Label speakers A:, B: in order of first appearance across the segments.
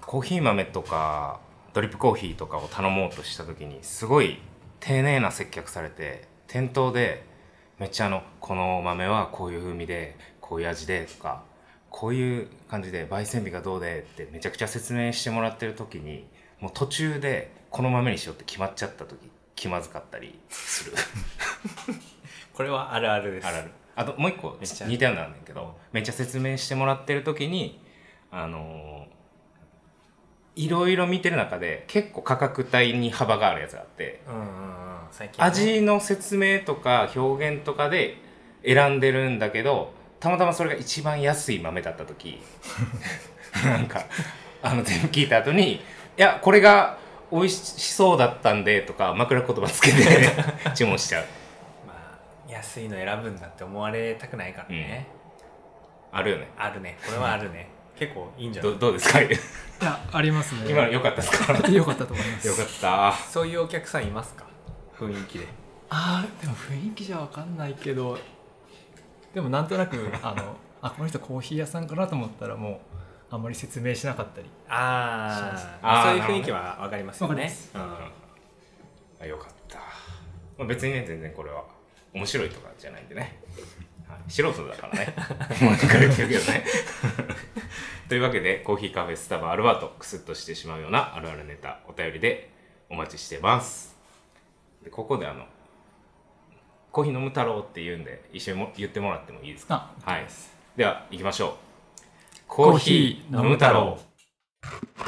A: コーヒー豆とかドリップコーヒーとかを頼もうとした時にすごい丁寧な接客されて店頭でめっちゃあのこの豆はこういう風味でこういう味でとかこういう感じで焙煎日がどうでってめちゃくちゃ説明してもらってる時にもう途中でこの豆にしようって決まっちゃった時気まずかったりする
B: これはあるあるです
A: あるあるあともう一個
B: めっちゃ
A: 似たようなんだけどめっちゃ説明してもらってる時にあのーいろいろ見てる中で結構価格帯に幅があるやつがあって
B: うんうんうん最近ね、
A: 味の説明とか表現とかで選んでるんだけどたまたまそれが一番安い豆だった 時なんかあの全部聞いた後に「いやこれが美味しそうだったんで」とか枕言葉つけて 注文しちゃう
B: まあ、安いの選ぶんだって思われたくないからね、
A: あるよね
B: あるねこれはあるね結構いいんじゃない
A: どどうですか
C: いやありますね
A: 今の良かったですか
C: 良かったと思います
A: よかった
B: そういうお客さんいますか雰囲気で
C: あーでも雰囲気じゃ分かんないけどでもなんとなくあのあこの人コーヒー屋さんかなと思ったらもうあんまり説明しなかったりそうです
B: あ
C: ね
B: あ
A: あー
B: そういう雰囲気はわかりますよ
C: わかり
B: ね
C: ます
B: うん
A: あよかった、まあ、別にね全然これは面白いとかじゃないんでね、はい、素人だからねもう何回も言ってるけどね というわけでコーヒーカフェスタバアルバートクスッとしてしまうようなあるあるネタお便りでお待ちしてますでここであのコーヒー飲む太郎って言うんで一緒にも言ってもらってもいいですか
C: あ
A: はい
C: OK です
A: では行きましょうコ
C: コ
A: ー
C: ー
A: ヒ
C: ヒ
A: ー
C: ー
A: 飲む
C: 飲む
A: 太
C: 太
A: 郎
C: 郎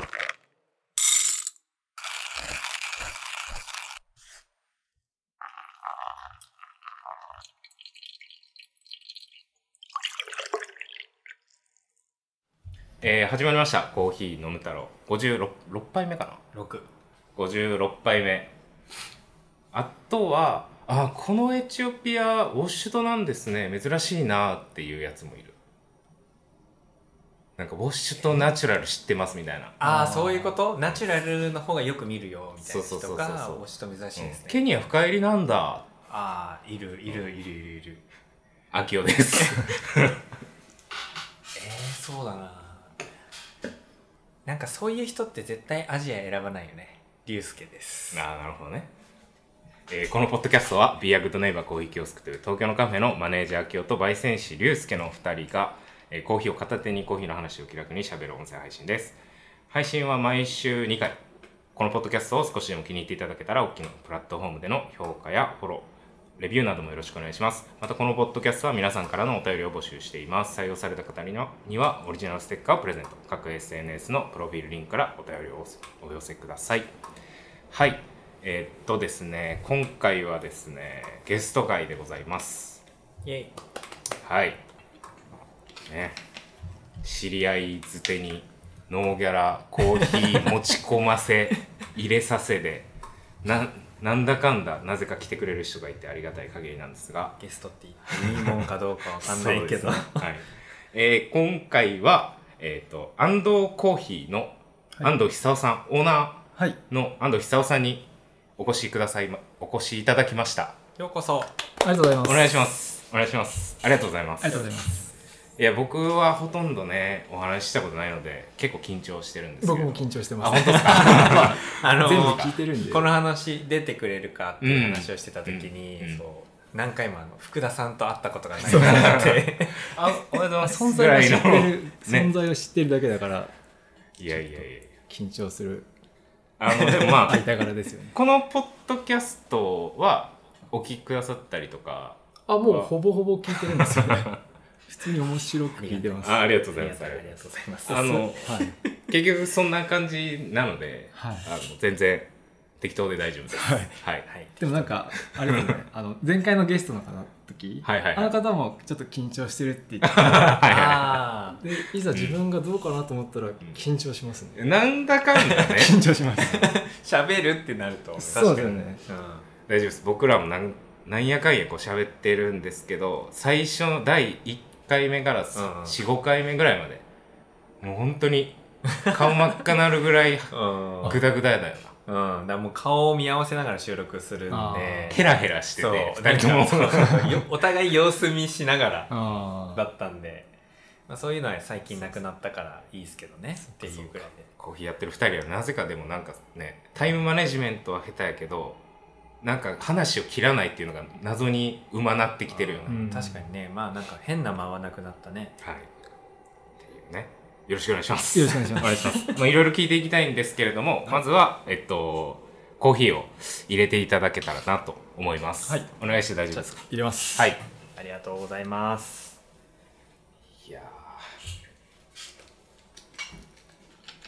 A: えー始まりました「コーヒー飲む太郎」56 6杯目かな
B: 6
A: 56杯目あとはあこのエチオピアウォッシュドなんですね珍しいなっていうやつもいるなんかウォッシュドナチュラル知ってますみたいな、
B: ああ
C: あー
B: そういうことナチュラルの方がよく見るよみたいな
A: そうそうそうそう
B: 人が
A: そう
B: おしとめざしいです
A: ケ
B: ね
A: ニア深入りなんだ
B: ああいるいるいるいるいる
A: 秋代です
B: えー、そうだななんかそういう人って絶対アジア選ばないよね龍介です
A: ああなるほどねえーこのポッドキャストは「ビアグッドネイバーコーヒーキオスク」という東京のカフェのマネージャー清と焙煎師龍介のお二人が、えーコーヒーを片手にコーヒーの話を気楽にしゃべる音声配信です配信は毎週2回このポッドキャストを少しでも気に入っていただけたら大きなプラットフォームでの評価やフォローレビューなどもよろしくお願いしますまたこのポッドキャストは皆さんからのお便りを募集しています採用された方にはにはオリジナルステッカーをプレゼント各 SNS のプロフィールリンクからお便りをお寄せくださいはい、えーっとですね、今回はですね、ゲスト会でございます。
B: イェイ
A: はい。ね、知り合いづてにノーギャラ、コーヒー持ち込ませ、入れさせで、 ななんだかんだ、なぜか来てくれる人がいてありがたい限りなんですが、
B: ゲストって言っていいもんかどうかわかんないけど、
A: そうですねはいえー今回は、えーっと、安藤コーヒーの
C: はい
A: 安藤久夫さん、オーナー、
C: はい
A: の安藤久夫さんにお越しくださいまお越しいただきました
B: ようこそ
C: ありがとうございま
A: お
C: す
A: 願いしますお願いしますありがとうございま
C: ありが
A: す
C: とうございます
A: いや僕はほとんどねお話ししたことないので結構緊張してるんですけど
C: 僕も緊張して
A: あ
C: ま
A: 本
C: す
A: 当ですか
B: あの
C: 全部聞いてるんで
B: この話出てくれるかっていう話をしてた時に、
A: うんうん
B: そう何回もあの福田さんと会ったことがないなって
A: あおめでとうございます
C: 存在を知っ
A: ぐら
C: て
A: い
C: る、存在を知ってるだけだから
A: いやいやいや
C: 緊張する
A: あのでもまあ
C: 間柄ですよね
A: このポッドキャストはお聞きくださったりとか
C: あもうほぼほぼ聞いてるんですよね 普通に面白く聞いてます
A: あありがとうご
B: あ
A: ざい
B: り
A: ま
B: が
A: す
B: とうございます
A: あの
C: はい
A: 結局そんな感じなので、
C: はい
A: あの全然適当で大丈夫です、はいはい、
B: はい
C: でもなん かあれですねあの前回のゲストの方の時、
A: はいはいはい
C: あの方もちょっと緊張してるって言って
B: あ
C: でいざ自分がどうかなと思ったら緊張しますね、
A: なんだかんだね
C: 緊張します
B: あ喋るってなると
C: そうですよね
B: 確かにうん
A: 大丈夫です僕らもなんなんやかんやこう喋ってるんですけど最初の第1回目から
B: うんうん
A: 45回目ぐらいまでもう本当に顔真っ赤なるぐら い
B: うん
A: グダグダだよな
B: うん、だからもう顔を見合わせながら収録するん
C: あ
B: で
C: ー
A: ヘラヘラして
B: そう
A: て
B: な
A: 2
B: ん
A: 人とも
B: かそうそうそうよお互い様子見しながら
C: あ
B: だったんでまあ、そういうのは最近なくなったからいいですけどねっていうぐらいで
A: コーヒーやってる2人はなぜかでもなんかねタイムマネジメントは下手やけどなんか話を切らないっていうのが謎にうまなってきてるよね、
B: あー
C: うん
B: 確かにねまあなんか変な間はなくなったね
A: はいっていうねよろしくお願いします
C: よろしくお願いしま
A: お
C: す
A: 願いし ますまあいろいろ聞いていきたいんですけれどもまずはえっとコーヒーを入れていただけたらなと思います、
C: はい、
A: お願いして大丈夫ですか
C: 入れます
A: はい
B: ありがとうございます
A: いや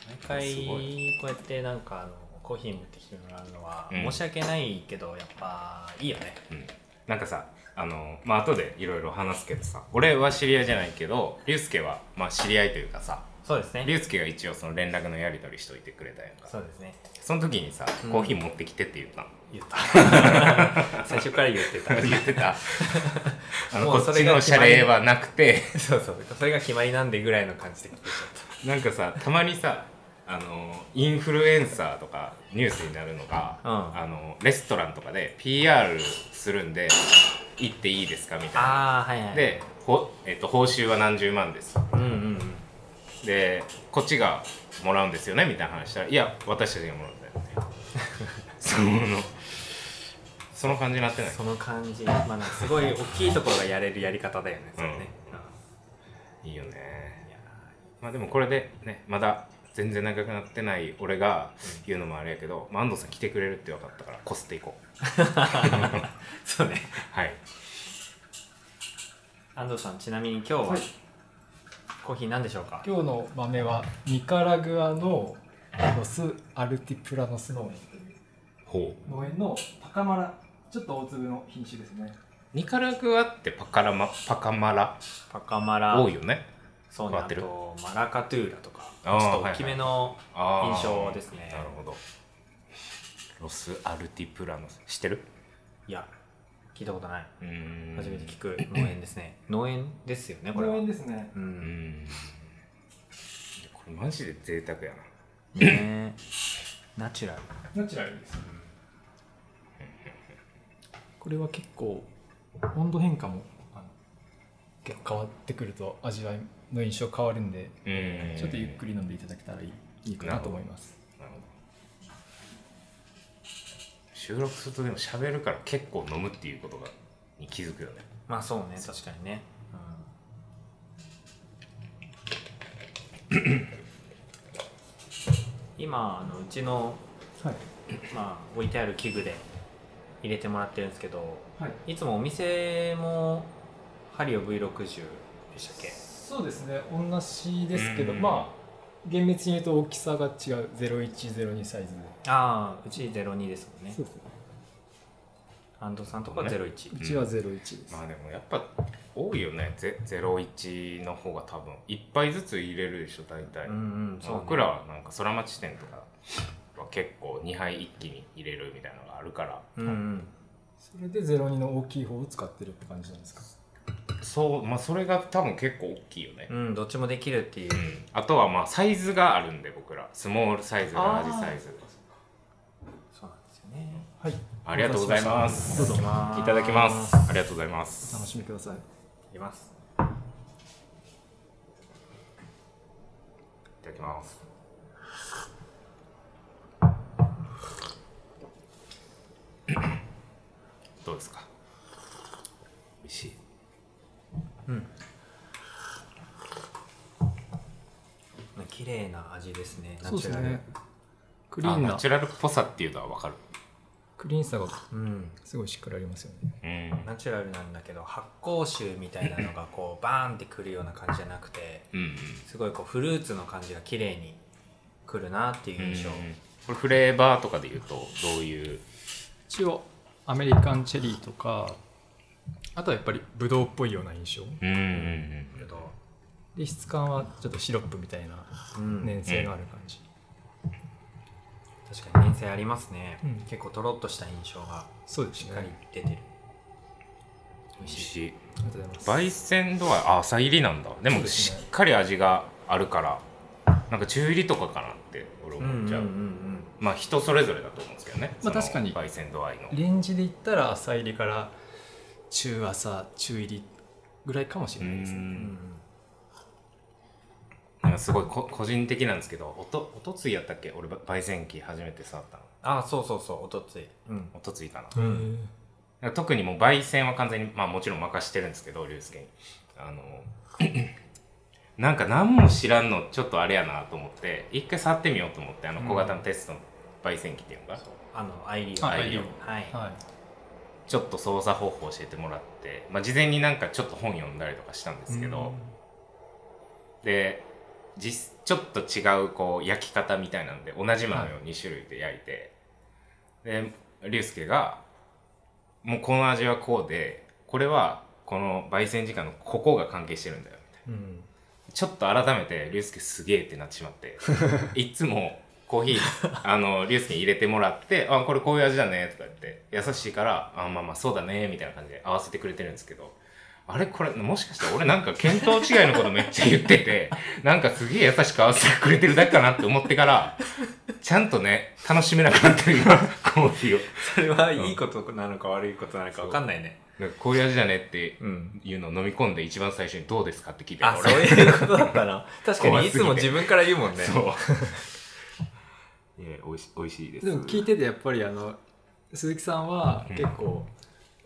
B: 毎回
A: すごい
B: こうやってなんかあのコーヒー持ってきてもらうのは
A: うん
B: 申し訳ないけどやっぱいいよね
A: ーうんなんかさあのまあ後でいろいろ話すけどさ俺は知り合いじゃないけど龍介はまあ知り合いというかさ
B: そうですね
A: 龍介が一応その連絡のやり取りしといてくれたやんか
B: そうですね
A: その時にさ
B: うん
A: コーヒー持ってきてって言ったの、
B: 言った 最初から言ってた
A: 言ってたあの
B: も
A: こ
B: うそ
A: っ
B: れ
A: ち
B: が
A: の謝礼はなくて
B: そうそうそれが決まりなんでぐらいの感じで聞いちゃっ
A: なんかさたまにさあのインフルエンサーとかニュースになるのが、
B: うん
A: あのレストランとかで PR するんで行っていいですかみたい
B: た
A: な
B: ああはいはい
A: で、ほえっと、報酬は何十万です
B: うんうんうん
A: でこっちがもらうんですよねみたいな話したらいや私たちがもらうんだよみたいなそ のその感じになってない
B: その感じ、まあ、なんかすごい大きいところがやれるやり方だよね、それね。
A: いいよね
B: いや
A: まあでもこれでねまだ全然長くなってない俺が言うのもあれやけど、まあ、安藤さん来てくれるって分かったからこすっていこう
B: ーそうね。
A: はい
B: 安藤さん、ちなみに今日は、
C: はい
B: コーヒー何でしょうか
C: 今日の豆はニカラグアのロスアルティプラノス農園
A: ほう
C: 農園のパカマラちょっと大粒の品種ですね
A: ニカラグアってパカラマパカマラ
B: パカマラ、
A: 多いよね
B: そうね、
A: 変わ
B: あ
A: ってる
B: とマラカトゥーラとか、ち
A: あ
B: ょ
A: ー
B: っと大きめの、
A: あー
B: 印象ですね
A: なるほどロスアルティプラノス知ってる
B: いや、聞いたことない。
A: うーん
B: 初めて聞く農園ですね。農園ですよね、これ
C: 農
B: は。
C: 園ですね
B: う、
A: うんんこれマジで贅沢やな
B: ねナチュラル。
C: ナチュラルですこれは結構温度変化もあの結構変わってくると味わいの印象変わるんで
A: うん
C: ちょっとゆっくり飲んでいただけたらいいいいかなと思います
A: なるほど収録するとでも喋るから結構飲むっていうことがに気づくよね
B: まあそうね、確かにね。うん、今あのうちの、
C: はい
B: まあ、置いてある器具で入れてもらってるんですけど
C: はい
B: いつもお店もハリオ V60 でしたっけ
C: そうですね同じですけど
A: うん
C: まあ厳密に言うと大きさが違う0102サイズで
B: ああうち02ですもんね
C: そうですね
B: 安藤さんとこは
A: ね
B: 01、
C: うちは01です、
A: まあでもやっぱ多いよねゼ01の方が多分一杯ずつ入れるでしょ大体、
B: うんうんそう、ね、
A: 僕らはなんか空町店とかは結構2杯一気に入れるみたいなのがあるから、
B: うんうん
C: それで02の大きい方を使ってるって感じなんですか
A: そうまあそれが多分結構大きいよね、
B: うんどっちもできるっていう
A: う、んあとはまあサイズがあるんで僕らスモールサイズラージサイズ
B: そうなんですよね
C: はい
A: ありがとうございます
C: どうぞ
B: いただきます
A: いただきますありがとうございます
C: 楽しみください
B: いきます
A: いただき ますどうですか美味しい
B: うん綺麗な味ですねナチュラル
C: ク
A: ク
C: リーン
A: ナ
C: な
A: チュラルっぽさっていうのは分かる
C: クリーンさが
B: うん
C: すごいしっかりありますよね
A: うん
B: ナチュラルなんだけど発酵臭みたいなのがこ うバーンってくるような感じじゃなくて
A: うん
B: すごいこうフルーツの感じが綺麗にくるなっていう印象、
A: これフレーバーとかで言うとどういう
C: 一応アメリカンチェリーとかあとはやっぱりブドウっぽいような印象
A: うんうんうん
B: けど
C: で質感はちょっとシロップみたいな
B: うん
C: 粘性のある感じ、
B: 確かに粘性ありますね、
C: うん
B: 結構とろっとした印象が
C: そうです
B: しっかり
C: ね
B: 出てる、
A: 美味しい
C: ありがとうございます
A: 焙煎度はあ朝入りなんだで
C: そう
A: も
C: です
A: し
C: ね
A: っかり味があるからなんか中入りとかかなって俺思っちゃう、
B: うんうんうんうん
A: まあ人それぞれだと思うんですけどね
C: まあ
A: その
C: 確かに
A: 焙煎度合いの
C: レンジで言ったら朝入りから中朝中入りぐらいかもしれないです
A: う
C: ね
B: うんうんん
A: なんかすごいこ個人的なんですけどおとおとついやったっけ俺ば焙煎機初めて触ったの
B: ああそうそうそうおとついうん
A: おとついかな
B: う
C: うんん
A: なんか特にもう焙煎は完全にまあもちろん任してるんですけど龍介にあの なんか何も知らんのちょっとあれやなと思って一回触ってみようと思ってあの小型のテストの焙煎機っていうのが、
B: あのアイリオン
C: はい
A: アイリオン
B: はい
C: はい
A: ちょっと操作方法を教えてもらって、まあ、事前になんかちょっと本読んだりとかしたんですけど、で実ちょっと違うこう焼き方みたいなので同じ豆を2種類で焼いて、で龍介が「もうこの味はこうでこれはこの焙煎時間のここが関係してるんだよ」みたい
B: うん
A: なちょっと改めて龍介すげえってなってしまって いつもコーヒーあの龍介に入れてもらって「あこれこういう味だね」とか言って優しいから「あまあまあそうだね」みたいな感じで合わせてくれてるんですけどあれこれもしかして俺なんか見当違いのことめっちゃ言っててなんかすげえ優しく合わせてくれてるだけかなって思ってからちゃんとね楽しめなくなってる今コーヒーを
B: それはいいことなのか悪いことなのか分かんないね
A: なんかこういう味だねって
B: うん
A: いうのを飲み込んで一番最初に「どうですか?」って聞いた
B: あ
A: の
B: そういうことだっ たな確か
A: 怖
B: に
A: すぎて
B: いつも自分から言うもんね
A: そう いやおいし美味しいです
C: でも聞いててやっぱりあの鈴木さんは結構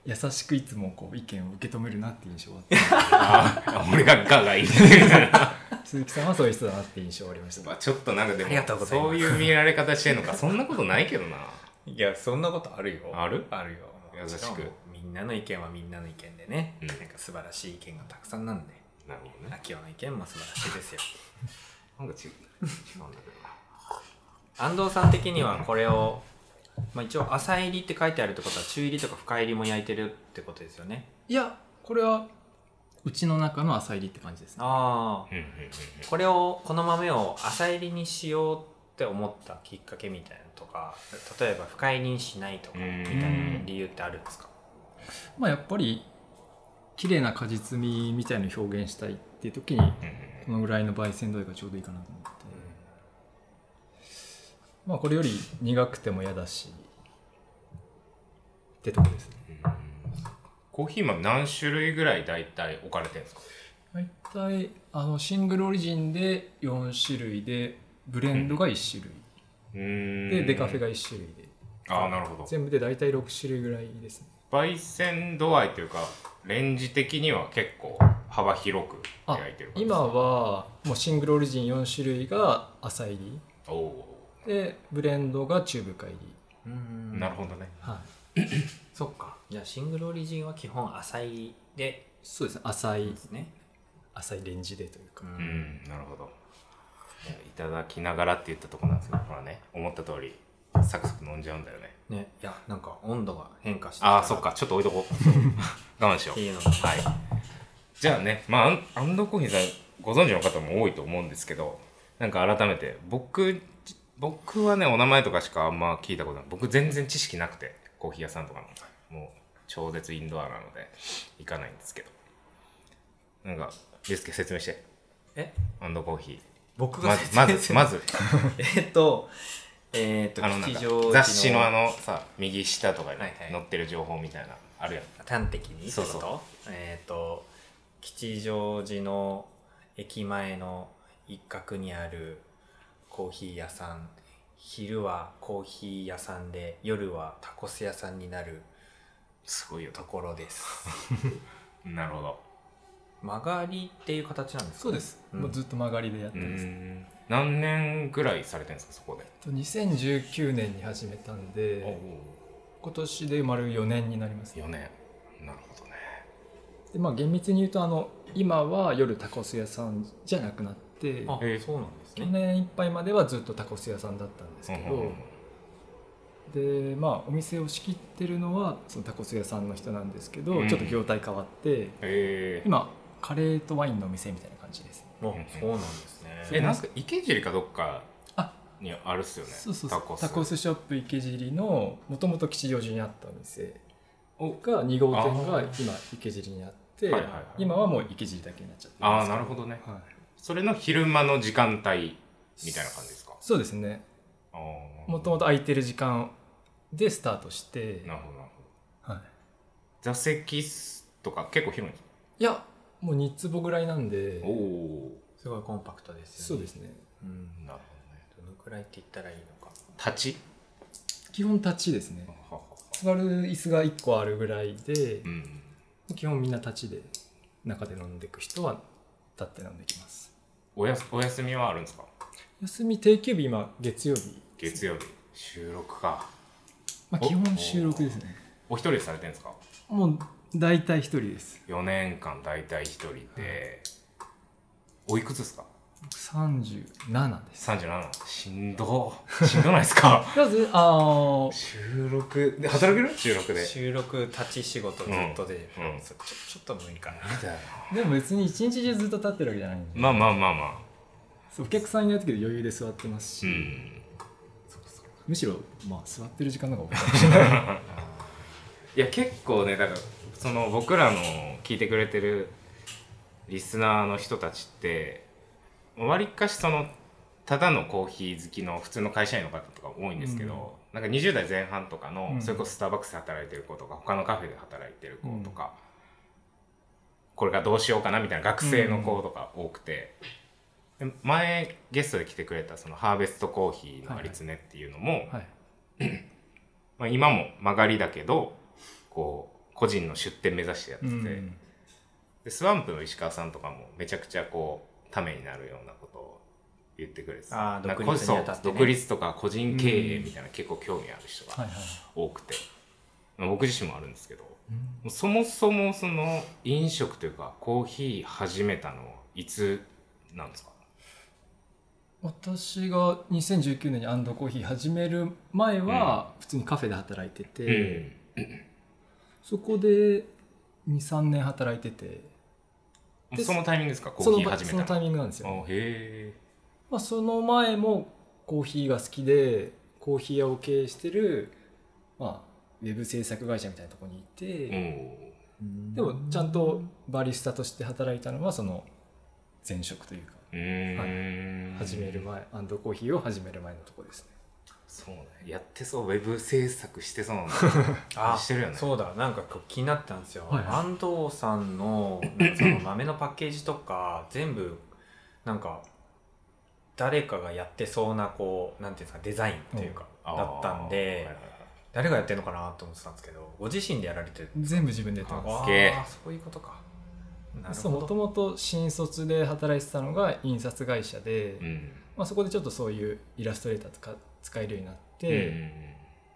C: 優しくいつもこう意見を受け止めるなって印象があって
A: あ俺がガがいい
C: 鈴木さんはそういう人だなって印象がありました
A: まあちょっとなんかで
B: ありがとう
A: も
B: ございます
A: そういう見られ方してんのかそんなことないけどない
B: やそんなことあるよ
A: ある
B: あるよ
A: 優しく
B: もちろんみんなの意見はみんなの意見でね、
A: うん
B: なんか素晴らしい意見がたくさんなんで
A: なるほどね
B: 秋代の意見も素晴らしいですよ
A: なんか違う違うんだけどな
B: 安藤さん的にはこれを、まあ、一応浅入りって書いてあるってことは中入りとか深入りも焼いてるってことですよね
C: いやこれはうちの中の浅入りって感じですね
B: ああ
A: うんうんうんうん
B: これをこの豆を浅入りにしようって思ったきっかけみたいなのとか例えば深入りにしないとかみたいな理由ってあるんですか
C: まあやっぱり綺麗な果実味みたいのを表現したいっていう時に
A: うんうん
C: このぐらいの焙煎度合いがちょうどいいかなと思って、まあこれより苦くても嫌だしってとこですね
A: うんコーヒー豆何種類ぐらい大体置かれてるんですか
C: 大体あのシングルオリジンで4種類でブレンドが1種類、でデカフェが1種類で
A: ああなるほど
C: 全部で大体6種類ぐらいですね
A: 焙煎度合いというかレンジ的には結構幅広く焼いてる感じ
C: 今はもうシングルオリジン4種類が浅入り
A: おお
C: でブレンドが中深入り、
B: うん
A: なるほどね
C: はい、
B: そっかじゃあシングルオリジンは基本浅入りで
C: そうですね浅い
B: ですね
C: 浅いレンジでというか、
A: うん、なるほどいやいただきながらって言ったとこなんですけどほらね思った通りサクサク飲んじゃうんだよね
B: ねいやなんか温度が変化してきたな
A: ああそっかちょっと置いとこう 我慢しよ
B: っ
A: う
B: ていうのが
A: はい。じゃあね、まあアン、アンドコーヒーさん、ご存知の方も多いと思うんですけど、なんか改めて、僕、僕はね、お名前とかしかあんま聞いたことない。僕、全然知識なくて、コーヒー屋さんとかの。もう、超絶インドアなので、行かないんですけど。なんか、ゆうすけ説明して、
B: え
A: アンドコーヒ
B: 僕
A: ー。ま
B: が
A: ず、ま
B: 説明す
A: ず、
B: る
A: まず、
B: えっとえっと
A: あの、なん
B: 吉
A: か
B: 祥寺
A: 雑誌のあのさ、右下とかに
B: はいはい
A: 載ってる情報みたいな、あるやん。
B: 端的にって
A: そ
B: こ
A: うそう
B: とえっと吉祥寺の駅前の一角にあるコーヒー屋さん昼はコーヒー屋さんで夜はタコス屋さんになる
A: すごいよ。
B: ところ です
A: なるほど。
B: 曲がりっていう形なんですか
C: そうです、
B: うん
C: もうずっと曲がりでやっ
A: う
C: てます、
A: ん。何年ぐらいされてるんですか、そこで。
C: と2019年に始めたんで今年で丸4年になります
A: 4年なるほどね
C: でまあ厳密に言うとあの今は夜タコス屋さんじゃなくなって
B: あ、
A: えー
B: そうなんです
C: 去
B: ね
C: 年いっぱいまではずっとタコス屋さんだったんですけど、でまあお店を仕切ってるのはそのタコス屋さんの人なんですけど、
A: うん
C: ちょっと業態変わって
A: えー
C: 今カレーとワインのお店みたいな感じです
B: あ、そうなんです
A: え
B: ね
A: なんか池尻かどっか
C: あ
A: にあるっすよね
C: そうそう
A: タ
C: そう
A: コス
C: タコスショップ池尻のもともと吉祥寺にあったお店が2号店が
A: あ
C: 今池尻にあって、
A: はいはいはい
C: 今はもう池尻だけになっちゃって
A: あ
C: ま
A: あ
C: す
A: なるほどね
C: はい、
A: それの昼間の時間帯みたいな感じですか
C: そうですねも
A: も
C: ともと空いてる時間でスタートして、
A: なるほどなるほど
C: は
A: 座席とか結構広いんですか
C: い、いやもう2坪ぐらいなんで
A: おお
B: すごいコンパクトですよね
C: そうですね
B: うん、
A: なるほ
B: どのくらいって言ったらいいの
A: ど
B: か
A: ね立ち
C: 基本立ちですね座る椅子が1個あるぐらいで
A: う、ん
C: 基本みんな立ちで中で飲んでいく人は立って飲んできます
A: おやすお休みはあるんですか
C: 休み定休日今月曜日、
A: 月曜日収録か
C: まあ、
A: お
C: 基本収録ですね
A: お一人でされてるんですか
C: もう大体一人です
A: 4年間大体一人で、おいくつですか
C: 37です
A: 37しんどしんどないです か
C: まずあの
A: 収録で働ける収録で
B: 収録立ち仕事ずっとで、
A: うんうん
B: そちょちょっと無理かな
C: でも別に一日中ずっと立ってるわけじゃないんで、
A: まあまあまあまあ
C: そうお客さんいない時で余裕で座ってます
A: う
C: し、
A: ん
C: むしろ、まあ、座ってる時間の方が多い
A: いや結構ねだからその僕らの聞いてくれてるリスナーの人たちってわりかしそのただのコーヒー好きの普通の会社員の方とか多いんですけど、なんか20代前半とかの、
C: うん
A: それこそスターバックスで働いてる子とか他のカフェで働いてる子とか、これからどうしようかなみたいな学生の子とか多くて、で前ゲストで来てくれたそのハーベストコーヒーのありつねっていうのも、
C: はい、
A: まあ、今も曲がりだけどこう個人の出店目指してやって
C: う
A: て、
C: ん、
A: でスワンプの石川さんとかもめちゃくちゃこうためになるようなことを言ってくれてて
B: あー
A: なんか
B: 独立にあたってね
A: そう独立とか個人経営みたいな結構興味ある人
C: はい
A: が
C: はい
A: 多くて、まあ僕自身もあるんですけど
C: うん
A: そもそもその飲食というかコーヒー始めたのはいつなんですか
C: 私が2019年にアンドコーヒー始める前は普通にカフェで働いてて、そこで23年働いてて
A: うん
C: で
A: そのタイミングですかコ
C: そ
A: ー
C: の
A: ヒー
C: 場
A: 始め
C: その
A: た
C: タイ
A: の
C: ミングなんですよ、
A: あへ
C: まあ、その前もコーヒーが好きでコーヒー屋を経営してる、まあ、ウェブ制作会社みたいなところにいて、
A: え
C: でもちゃんとバリスタとして働いたのはその前職というか
A: うんうん、
C: 始める前アンドコーヒーを始める前のとこですね
A: そうねやってそうウェブ制作してそうなの
B: あ
A: してるよね
B: そうだなんかこう気になったんですよ、
C: はいはい
B: 安藤さんのなんかその豆のパッケージとか全部なんか誰かがやってそうなこうなんていうんですかデザインっていうか、だったんで、誰がやってんのかなと思ってたんですけどご自身でやられてる
C: 全部自分でやってます
A: あ
B: あ
A: すげえ
B: ーそういうことかなる
C: そう
B: ほ
C: も
B: ど
C: ともと新卒で働いてたのが印刷会社で、
A: うん
C: まあ、そこでちょっとそういうイラストレーターとか使えるようになっ
A: うん
C: て、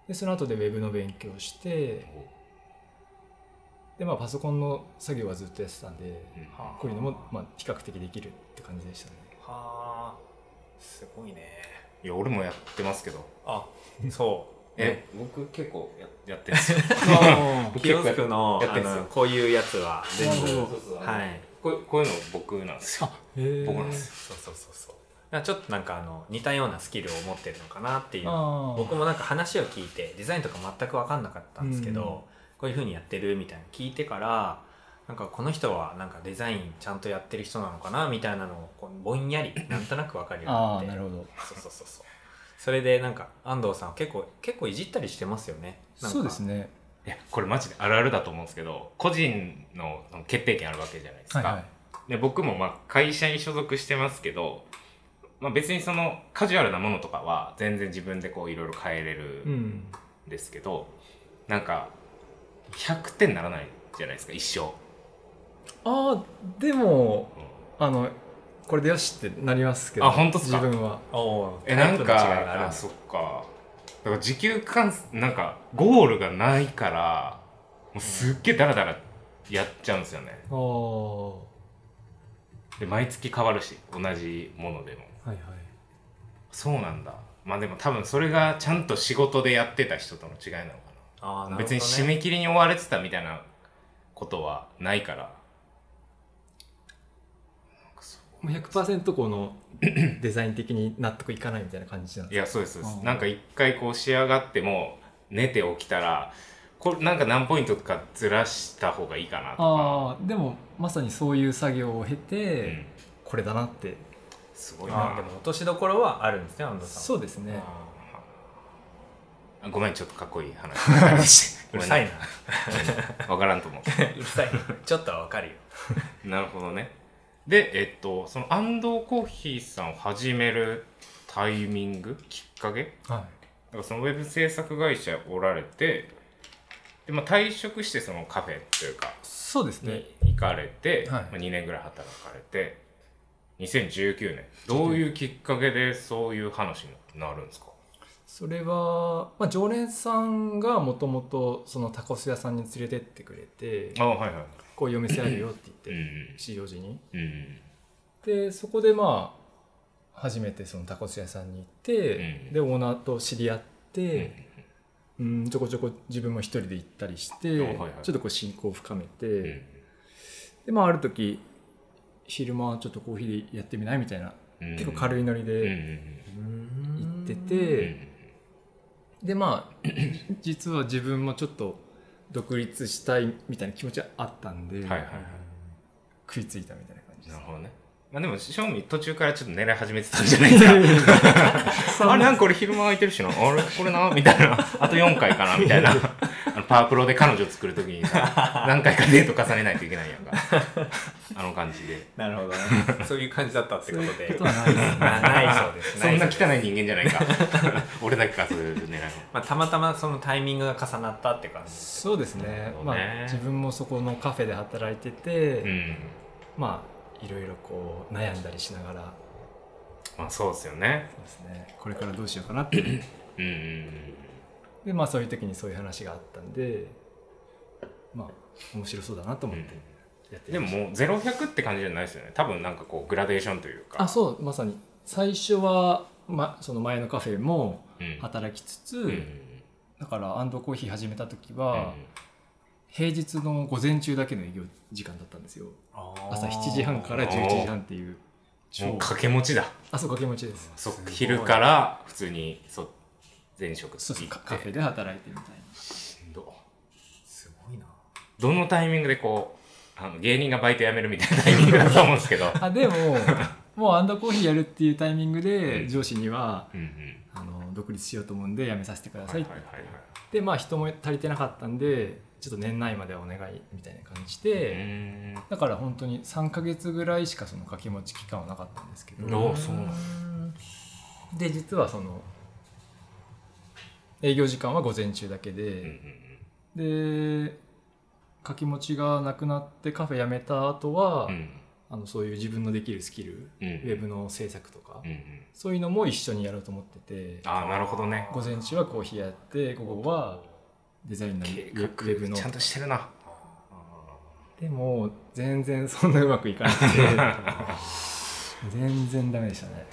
C: でその後でウェブの勉強をしてで、まあ、パソコンの作業はずっとやってたんで、
A: うん
B: はあ
C: こういうのもまあ比較的できるって感じでしたね
B: はあすごいね
A: いや俺もやってますけど
B: あそう
A: え僕結構やってますよ
B: そう、キ
A: 結
B: オ
A: 構
B: スクの
A: やってんすよ
B: あのこういうやつは全
C: なる
B: 部
C: ほど
B: はい
A: こうこういうの僕なんですよ
C: へ
A: 僕なんです
B: そうそうそうそうだからちょっとなんかあの似たようなスキルを持ってるのかなっていう
C: あ
B: 僕もなんか話を聞いてデザインとか全く分かんなかったんですけど、
C: うん
B: こういうふうにやってるみたいなの聞いてからなんかこの人はなんかデザインちゃんとやってる人なのかなみたいなのをこうぼんやりなんとなく分かるようにな
C: あ
B: っ
C: ー
B: て
C: なるほど
B: そうそうそうそうそれでなんか安藤さんは結構結構いじったりしてますよねなんか
C: そうですね
A: いやこれマジであるあるだと思うんですけど個人のその決定権あるわけじゃないですか、
C: はいはい
A: で僕もまあ会社に所属してますけど、まあ、別にそのカジュアルなものとかは全然自分でこういろいろ変えれる
C: うん
A: ですけどなんか100点ならないじゃないですか一生、
C: ああでも
A: うん
C: あのこれでよしってなりますけど
A: あ本当っすか
C: 自分は
B: おー
A: え
B: タ
A: な
B: イプ
A: ん
B: の違い
A: か
B: があるん
A: あ
B: だ
A: そっかだから時給関なんかゴールがないからもうすっげえダラダラやっちゃうんですよね
C: ああは
A: で毎月変わるし同じものでも
C: いはい
A: そうなんだまあでも多分それがちゃんと仕事でやってた人との違いなのか
B: あ
A: な
B: ーなるほどね
A: 別に締め切りに追われてたみたいなことはないからなんかそう
C: もう100%この デザイン的に納得いかないみたいな感じなん
A: い
C: です
A: やそうですそうです
C: うん
A: なんか一回こう仕上がっても寝て起きたらこれなんか何ポイントかずらした方がいいかなとか
C: ああでもまさにそういう作業を経
A: う
C: て、
A: ん、
C: これだなって
A: すごい
B: あー
A: な
B: でも落としどころはあるんですね安藤さん
C: そうですね
B: あ
A: あごめんちょっとかっこいい話
B: ーうるさいな
A: 分からんと思
B: うるさいちょっとはわかるよ
A: うなるほどねで、えっと、その安藤コーヒーさんを始めるタイミング、きっかけ、
C: は
A: だ
C: い
A: からそのウェブ制作会社おられて、でまあ、退職してそのカフェというか、
C: そうですね
A: に行かれて、
C: はい
A: まあ、2年ぐらい働かれて、2019年、どういうきっかけでそういう話になるんですか
C: それは、まあ、常連さんがもともとそのタコス屋さんに連れてってくれて
A: あはいはい。
C: こういうお店あるよって
A: う
C: 言って
A: ん
C: 吉祥寺に
A: うん。うん
C: でそこでまあ初めてそのタコス屋さんに行って、
A: うん
C: でオーナーと知り合っ
A: うん
C: て、うんちょこちょこ自分も一人で行ったりして、
A: あはいはい
C: ちょっとこう親交を深めて、
A: うん
C: でまあある時昼間ちょっとコーヒーでやってみないみたいな、
A: うん
C: 結構軽いノリ
A: うんうん
C: で行
A: う
C: って
A: んう
C: て、
A: ん
C: でまあ 実は自分もちょっと独立したいみたいな気持ちはあったんで、
A: はいはいはい
C: 食いついたみたいな感じで
A: な
C: す
A: るほどね。まあでも、正味途中からちょっと狙い始めてたんじゃないですか。あれ、なんか俺昼間空いてるしな。あれ、これなみたいな。あと4回かなみたいな。あのパワープロで彼女作るときにさ、何回かデート重ねないといけないやんか。あの感じで。
B: なるほどね。 そういう感じだったってことで。
C: そういうことはないですね
B: まあないそうです。
A: そんな
B: ないそうです
A: 汚い人間じゃないか。 俺だけか、そういう狙いは。
B: まあ、たまたまそのタイミングが重なったって感じ。
C: そうですね
A: なるほど
C: ま
A: ね
C: あ、自分もそこのカフェで働いてて、
A: うん。
C: まあいろいろこう悩んだりしながら
A: まあそうですよね。
C: そうです、ね、これからどうしようかなっていう
A: うんうんうん。
C: でまあそういう時にそういう話があったんでまあ面白そうだなと思ってやって
A: で
C: みま
A: も
C: した
A: もう0100って感じじゃないですよね多分なんかこうグラデーションというか
C: あそうまさに最初は、ま、その前のカフェも
A: うん
C: 働きつつ、
A: うん
C: だからアンドコーヒー始めた時
A: うん
C: は、平日の午前中だけの営業時間だったんですよ朝7時半から11時半っていう
A: もう
C: 超
A: 掛け持ちだ
C: あそう掛け持ちです
A: そ
B: すごい
A: 昼から普通にそう前職
C: そうそう
A: 行
C: カ
A: って
C: カフェで働いてみたい
A: しんど
B: すごいな。
A: どのタイミングでこうあの芸人がバイト辞めるみたいなタイミングだと 思うんですけど
C: な あでももうアンドコーヒーやるっていうタイミング
A: う
C: で
A: ん
C: 上司には
A: うんうん
C: あの独立しようと思うんで辞めさせてくだ
A: は
C: さ
A: い
C: いっ
A: はい
C: て
A: はいはい
C: でまあ人も足りてなかったんでちょっと年内まではお願いみたいな感じで、
A: え
C: だから本当に3ヶ月ぐらいしかその掛け持ち期間はなかったんですけど、
A: おーそうなんだ
C: で実はその営業時間は午前中だけ
A: うんうん
C: で、で掛け持ちがなくなってカフェ辞めた後は、
A: うんうん
C: あのそういう自分のできるスキル、
A: うん
C: ウェブの制作とか、
A: うんうん
C: そういうのも一緒にやろうと思ってて
A: ああなるほどね
C: 午前中はコーヒーやって午後はデザインのウ
A: 計
C: ェ
A: 画
C: ウェブの
A: ちゃんとしてるな
C: でも全然そんなうまくいかな くて全然ダメでしたね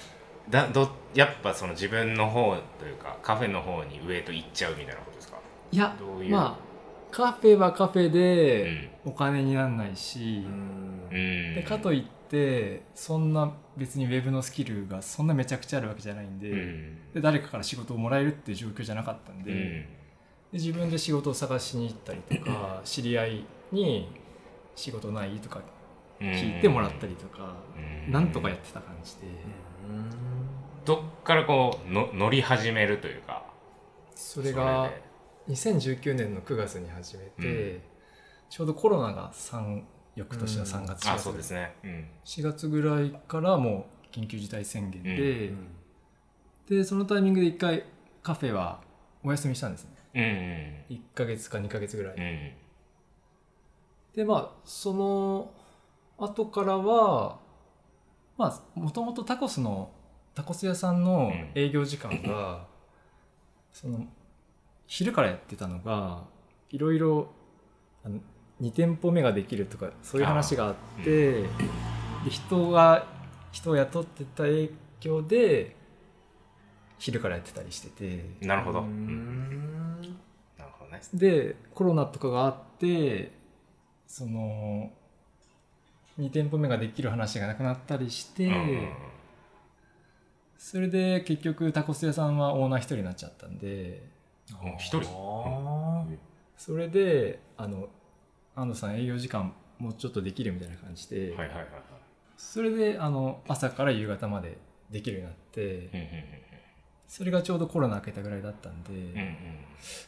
A: だどやっぱその自分の方というかカフェの方に上と行っちゃうみたいなことですか
C: いや
A: どういう
C: まあカフェはカフェ
A: う
C: で
A: ん
C: お金にならないし、
B: ん。
A: うん
C: でかといってそんな別にウェブのスキルがそんなめちゃくちゃあるわけじゃないんで,、
A: うん
C: で誰かから仕事をもらえるっていう状況じゃなかったんで,、
A: う
C: で
A: ん
C: 自分で仕事を探しに行ったりとか知り合いに仕事ないとか聞いてもらったりとか、
A: うん
C: なんとかやってた感じで、
A: どっからこうの乗り始めるというか
C: それが
A: で
C: 2019年の9月に始めて、
A: うん
C: ちょうどコロナが3翌年の3月4
A: あ
C: 月
A: そうですねうん
C: 4月ぐらいからもう緊急事態宣言で、でそのタイミングで一回カフェはお休みしたんですね
A: うん
C: 1ヶ月か2ヶ月ぐらい、
A: うんうん
C: でまあその後からはまあもともとタコスのタコス屋さんの営業時間が、その昼からやってたのがいろいろあの2店舗目ができるとかそういう話があってで人が人を雇ってた影響で昼からやってたりしてて
A: なるほど
B: う
A: うん
B: ん。
A: なるほどね
C: でコロナとかがあってその2店舗目ができる話がなくなったりして、
A: うんうん
C: それで結局タコス屋さんはオーナー1人になっちゃったんで
A: うん一人
B: あー
C: それであの安藤さん営業時間もうちょっとできるみたいな感じで、
A: はいはいはいはい
C: それであの朝から夕方までできるようになって、
A: うん
C: それがちょうどコロナ明けたぐらいだったんで、
A: うんうんうん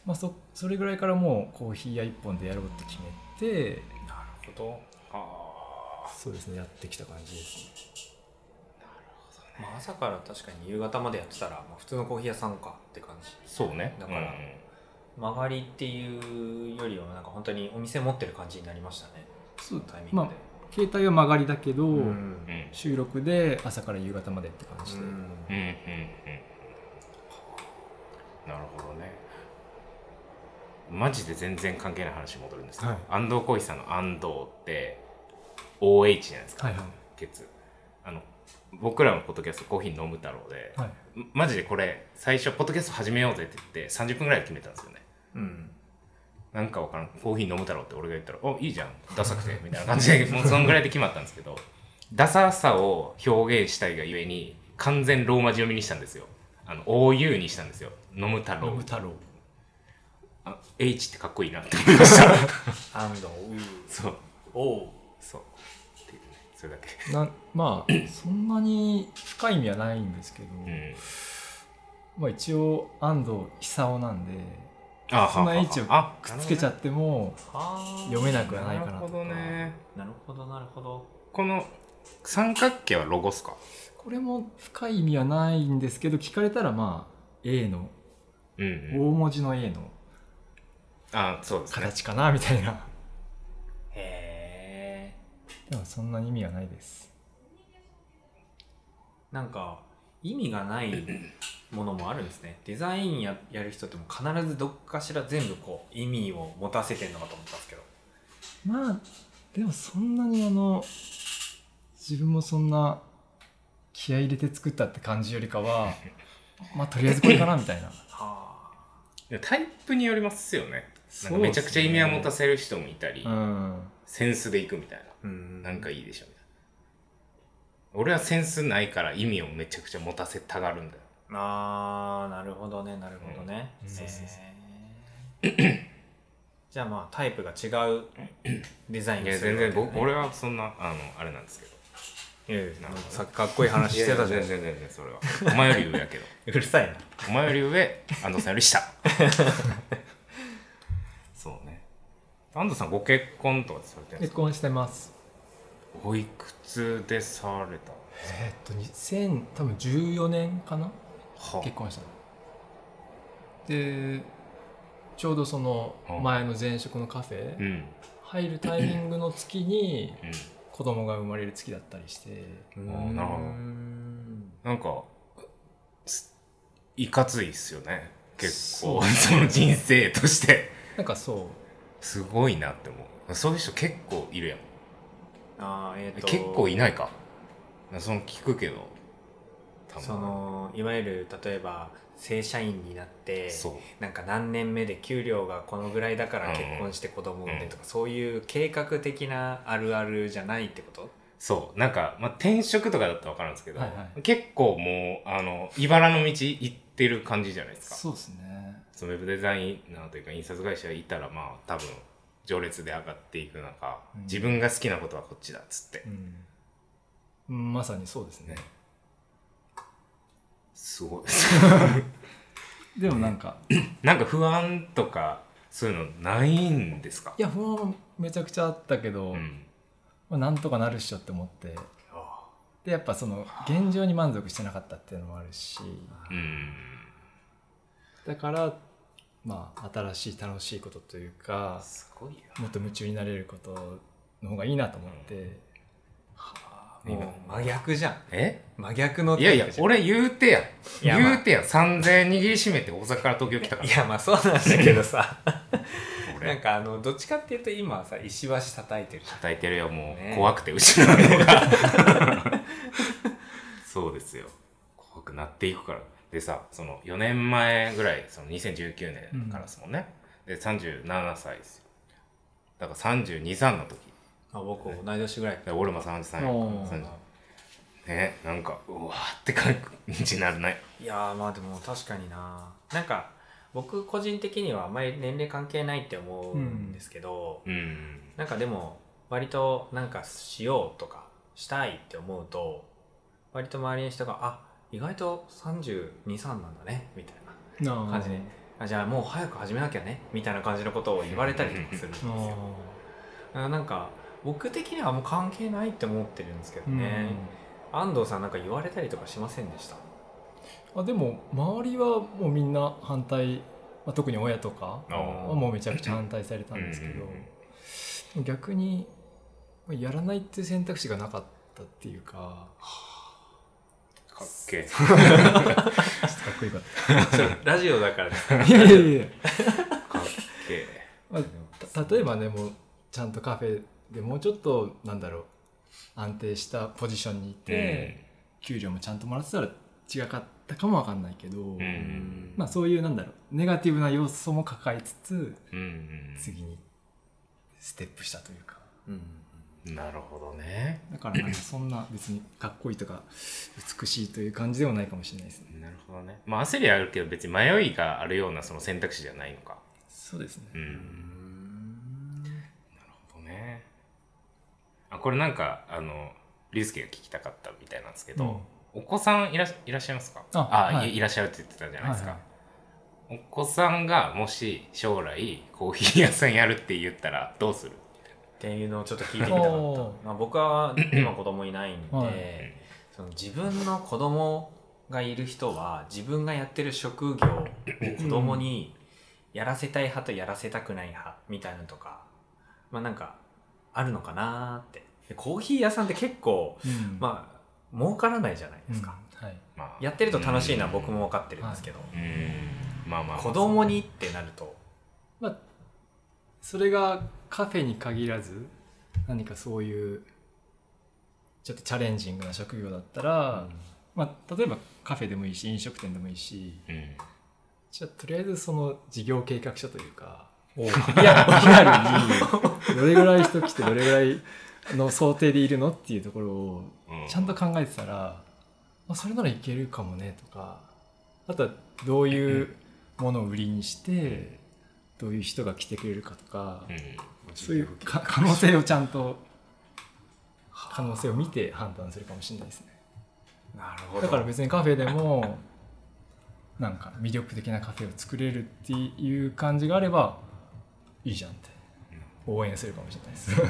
C: まあ、そそれぐらいからもうコーヒー屋1本でやろうって決めて
B: なるほど。
A: あ
C: そうですねやってきた感じですね
B: まあ、朝から確かに夕方までやってたら、まあ、普通のコーヒー屋さんかって感じ
A: そうね
B: だから
A: うん
B: 曲がりっていうよりはなんか本当にお店持ってる感じになりましたね
C: そう
B: タイミングで、
C: まあ携帯は曲がりだけど、
B: うん
A: うんうん
C: 収録で朝から夕方までって感じで、
A: うんうんうんなるほどねマジで全然関係ない話に戻るんですけど、
C: はい
A: 安藤浩一さんの安藤って OH じゃないですか、
C: はいはい
A: ケツあの僕らのポッドキャスト「コーヒー飲む太郎で」
C: はい
A: マジでこれ最初ポッドキャスト始めようぜって言って30分ぐらいで決めたんですよね
B: うん
A: なんかわからんコーヒー飲むだろうって俺が言ったら「おいいじゃんダサくて」みたいな感じで もうそのぐらいで決まったんですけどダサさを表現したいがゆえに完全ローマ字読みにしたんですよあの OU にしたんですよ飲む太
C: ロ
A: 郎
C: ム太郎
A: あ H ってかっこいいなって思いました
B: 安藤
A: そう
B: おう
A: そうっていうねそれだけ
C: なまあそんなに深い意味はないんですけど、
A: うん
C: まあ、一応安藤久夫なんで
A: あ
C: そんな H をくっつけちゃ
A: っ
C: っても
B: あ
C: 読めなく
A: た
C: はないか
A: な
C: な
A: る
C: と
A: ほ
C: か
A: どね
B: なるほどなるほど
A: この三角形はロゴっすか
C: これも深い意味はないんですけど聞かれたらまあ A の
A: うん、
C: 大
A: うん、
C: 文字の A の
A: あそうですね
C: 形かなみたいな
B: へえ
C: でもそんなに意味はないです
B: なんか意味がないものもあるんです ねデザインややる人っても必ずどっかしら全部こう意味を持たせてるのかと思ったんですけど
C: まあでもそんなにあの自分もそんな気合い入れて作ったって感じよりか はまあとりあえずこれかなみたい な
B: はあ
A: タイプによりますよねなんかめちゃくちゃ意味は持た
C: せ
A: せる人もいたり、
C: うん
A: センスでいくみたい
B: うん
A: ななんかいいでしょみたいな俺はセンスないから意味をめちゃくちゃ持たせたがるんだよ
B: あーなるほどねなるほどね、
C: うん
B: へー
C: そうそうそ
B: じゃあまあタイプが違うデザイン
A: い
B: に
A: や
B: する
A: 全
B: わけだ
A: 然
B: ね
A: 僕俺はそんなあのあれなんですけど
B: いやいやなんかさかっこいい話してたじゃん
A: いやいや全然全然それはお前より上やけど
B: うるさいな
A: お前より上安藤さんより下 そうね安藤さんご結婚とかされてるんです
C: 結
A: か
C: 婚してます
A: おいくつでされた
C: えーっと2000多分14年かな
A: は
C: 結婚したのでちょうどその
A: うん
C: 前の前職のカフェ、
A: うんうん
C: 入るタイミングの月に子供が生まれる月だったりして
A: ーなるほど
B: うーん
A: なんかすいかついっすよね結構
C: そう
A: その人生として
C: なんかそう
A: すごいなって思うそういう人結構いるやん
B: あーえーと
A: 結構いないかその聞くけど多分
B: そのいわゆる例えば正社員になって
A: そう
B: なんか何年目で給料がこのぐらいだから結婚して子供産んでとか、そういう計画的なあるあるじゃないってこと
A: そうなんか、まあ、転職とかだったら分かるんですけど、
C: はいは
A: 結構もうあの茨の道行ってる感じじゃないですか
C: そうですね
A: そのウェブデザイナーというか印刷会社いたらまあ多分序列で上がっていく中、
C: うん
A: 自分が好きなことはこっちだっつって
C: うんまさにそうですね
A: ねすごい
C: でもなんか、
A: なんか不安とかそういうのないんですか
C: いや不安はめちゃくちゃあったけど、
A: うん
C: まあ、なんとかなるっしょって思ってでやっぱその現状に満足してなかったっていうのもあるし
A: うん
C: だからまあ新しい楽しいことというか
A: すごいよ
C: もっと夢中になれることの方がいいなと思って、
B: あーもう真逆じゃん
A: え
B: 真逆の
A: いやいや
B: タイプじゃん
A: 俺言うてやん
B: いやまあ
A: 言うてやん3000円握りしめて大阪から東京来たから
B: いやまあそうなんだけどさ
A: 俺
B: なんかあのどっちかっていうと今はさ石橋叩いてるじゃん
A: 叩いてるよも
B: ね
A: う怖くて後ろの方が そうですよ怖くなっていくからでさその4年前ぐらいその2019年からですもんね、で37歳ですよだから323の時
B: あ僕同い年ぐらい
A: で俺も33
C: お
A: や
C: ー
A: から30ねなんかうわーって感じになるね
B: いやーまあでも確かにななんか僕個人的にはあんまり年齢関係ないって思うんですけど、
A: うん
B: なんかでも割となんかしようとかしたいって思うと割と周りの人が「あ意外と323なんだね」みたいな
C: な
B: 感じであ「じゃあもう早く始めなきゃね」みたいな感じのことを言われたりとかするんですよ。あなんか僕的にはもう関係ないって思ってるんですけどね、安藤さんなんか言われたりとかしませんでした
C: あでも周りはもうみんな反対、まあ、特に親とか
A: あー
C: はもうめちゃくちゃ反対されたんですけ
A: うん
C: ど
A: うんうん
C: でも逆にまあやらないっていう選択肢がなかったっていうか
A: かっけえ
C: ちょっとかっこよかっ
B: それラジオだ からです
C: た いやいやいや、
A: かっけえ
C: まあた例えばねもうちゃんとカフェでもうちょっとなんだろう安定したポジションにいて、給料もちゃんともらってたら違かったかもわかんないけど、
A: うん
C: まあ、そういうなんだろうネガティブな要素も抱えつつ
A: うんうん
C: 次にステップしたというか
B: うん
A: うんなるほどね
C: だからなんかそんな別にかっこいいとか美しいという感じではないかもしれないですね
A: なるほどねまあ焦りはあるけど別に迷いがあるようなその選択肢じゃないのか
C: そうですね
A: う
B: うんん
A: なるほどねあこれなんかあの龍介が聞きたかったみたいなんですけど、お子さんいらっいらっしゃいますか
C: あ
A: あ、
C: はい
A: い、いらっしゃるって言ってたじゃないですか、
C: はい
A: お子さんがもし将来コーヒー屋さんやるって言ったらどうする
B: っていうのをちょっと聞いてみたかった
C: おー、
B: まあ、僕は今子供いないんで、
C: はい
B: その自分の子供がいる人は自分がやってる職業を子供にやらせたい派とやらせたくない派みたいなのとかまあなんかあるのかなーってでコーヒー屋さんって結構
C: うん
B: まあ儲からないじゃないですか、
C: うんはい
A: まあ
B: やってると楽しいのは僕も分かってるんですけど、
A: うんまあまあ
B: 子供にってなると
C: まあ、それがカフェに限らず何かそういうちょっとチャレンジングな職業だったら、まあ、例えばカフェでもいいし飲食店でもいいし
A: うん
C: じゃあとりあえずその事業計画書というか
B: おう
C: いやリアルにどれぐらい人来てどれぐらいの想定でいるのっていうところを
A: う
C: ちゃんと考えてたら、あ、それならいけるかもねとかあとはどういうものを売りにしてどういう人が来てくれるかとか、
A: うん
C: そういうか可能性をちゃんと可能性を見て判断するかもしれないですね
B: なるほど
C: だから別にカフェでもなんか魅力的なカフェを作れるっていう感じがあればいいじゃんって応援するかもしれないです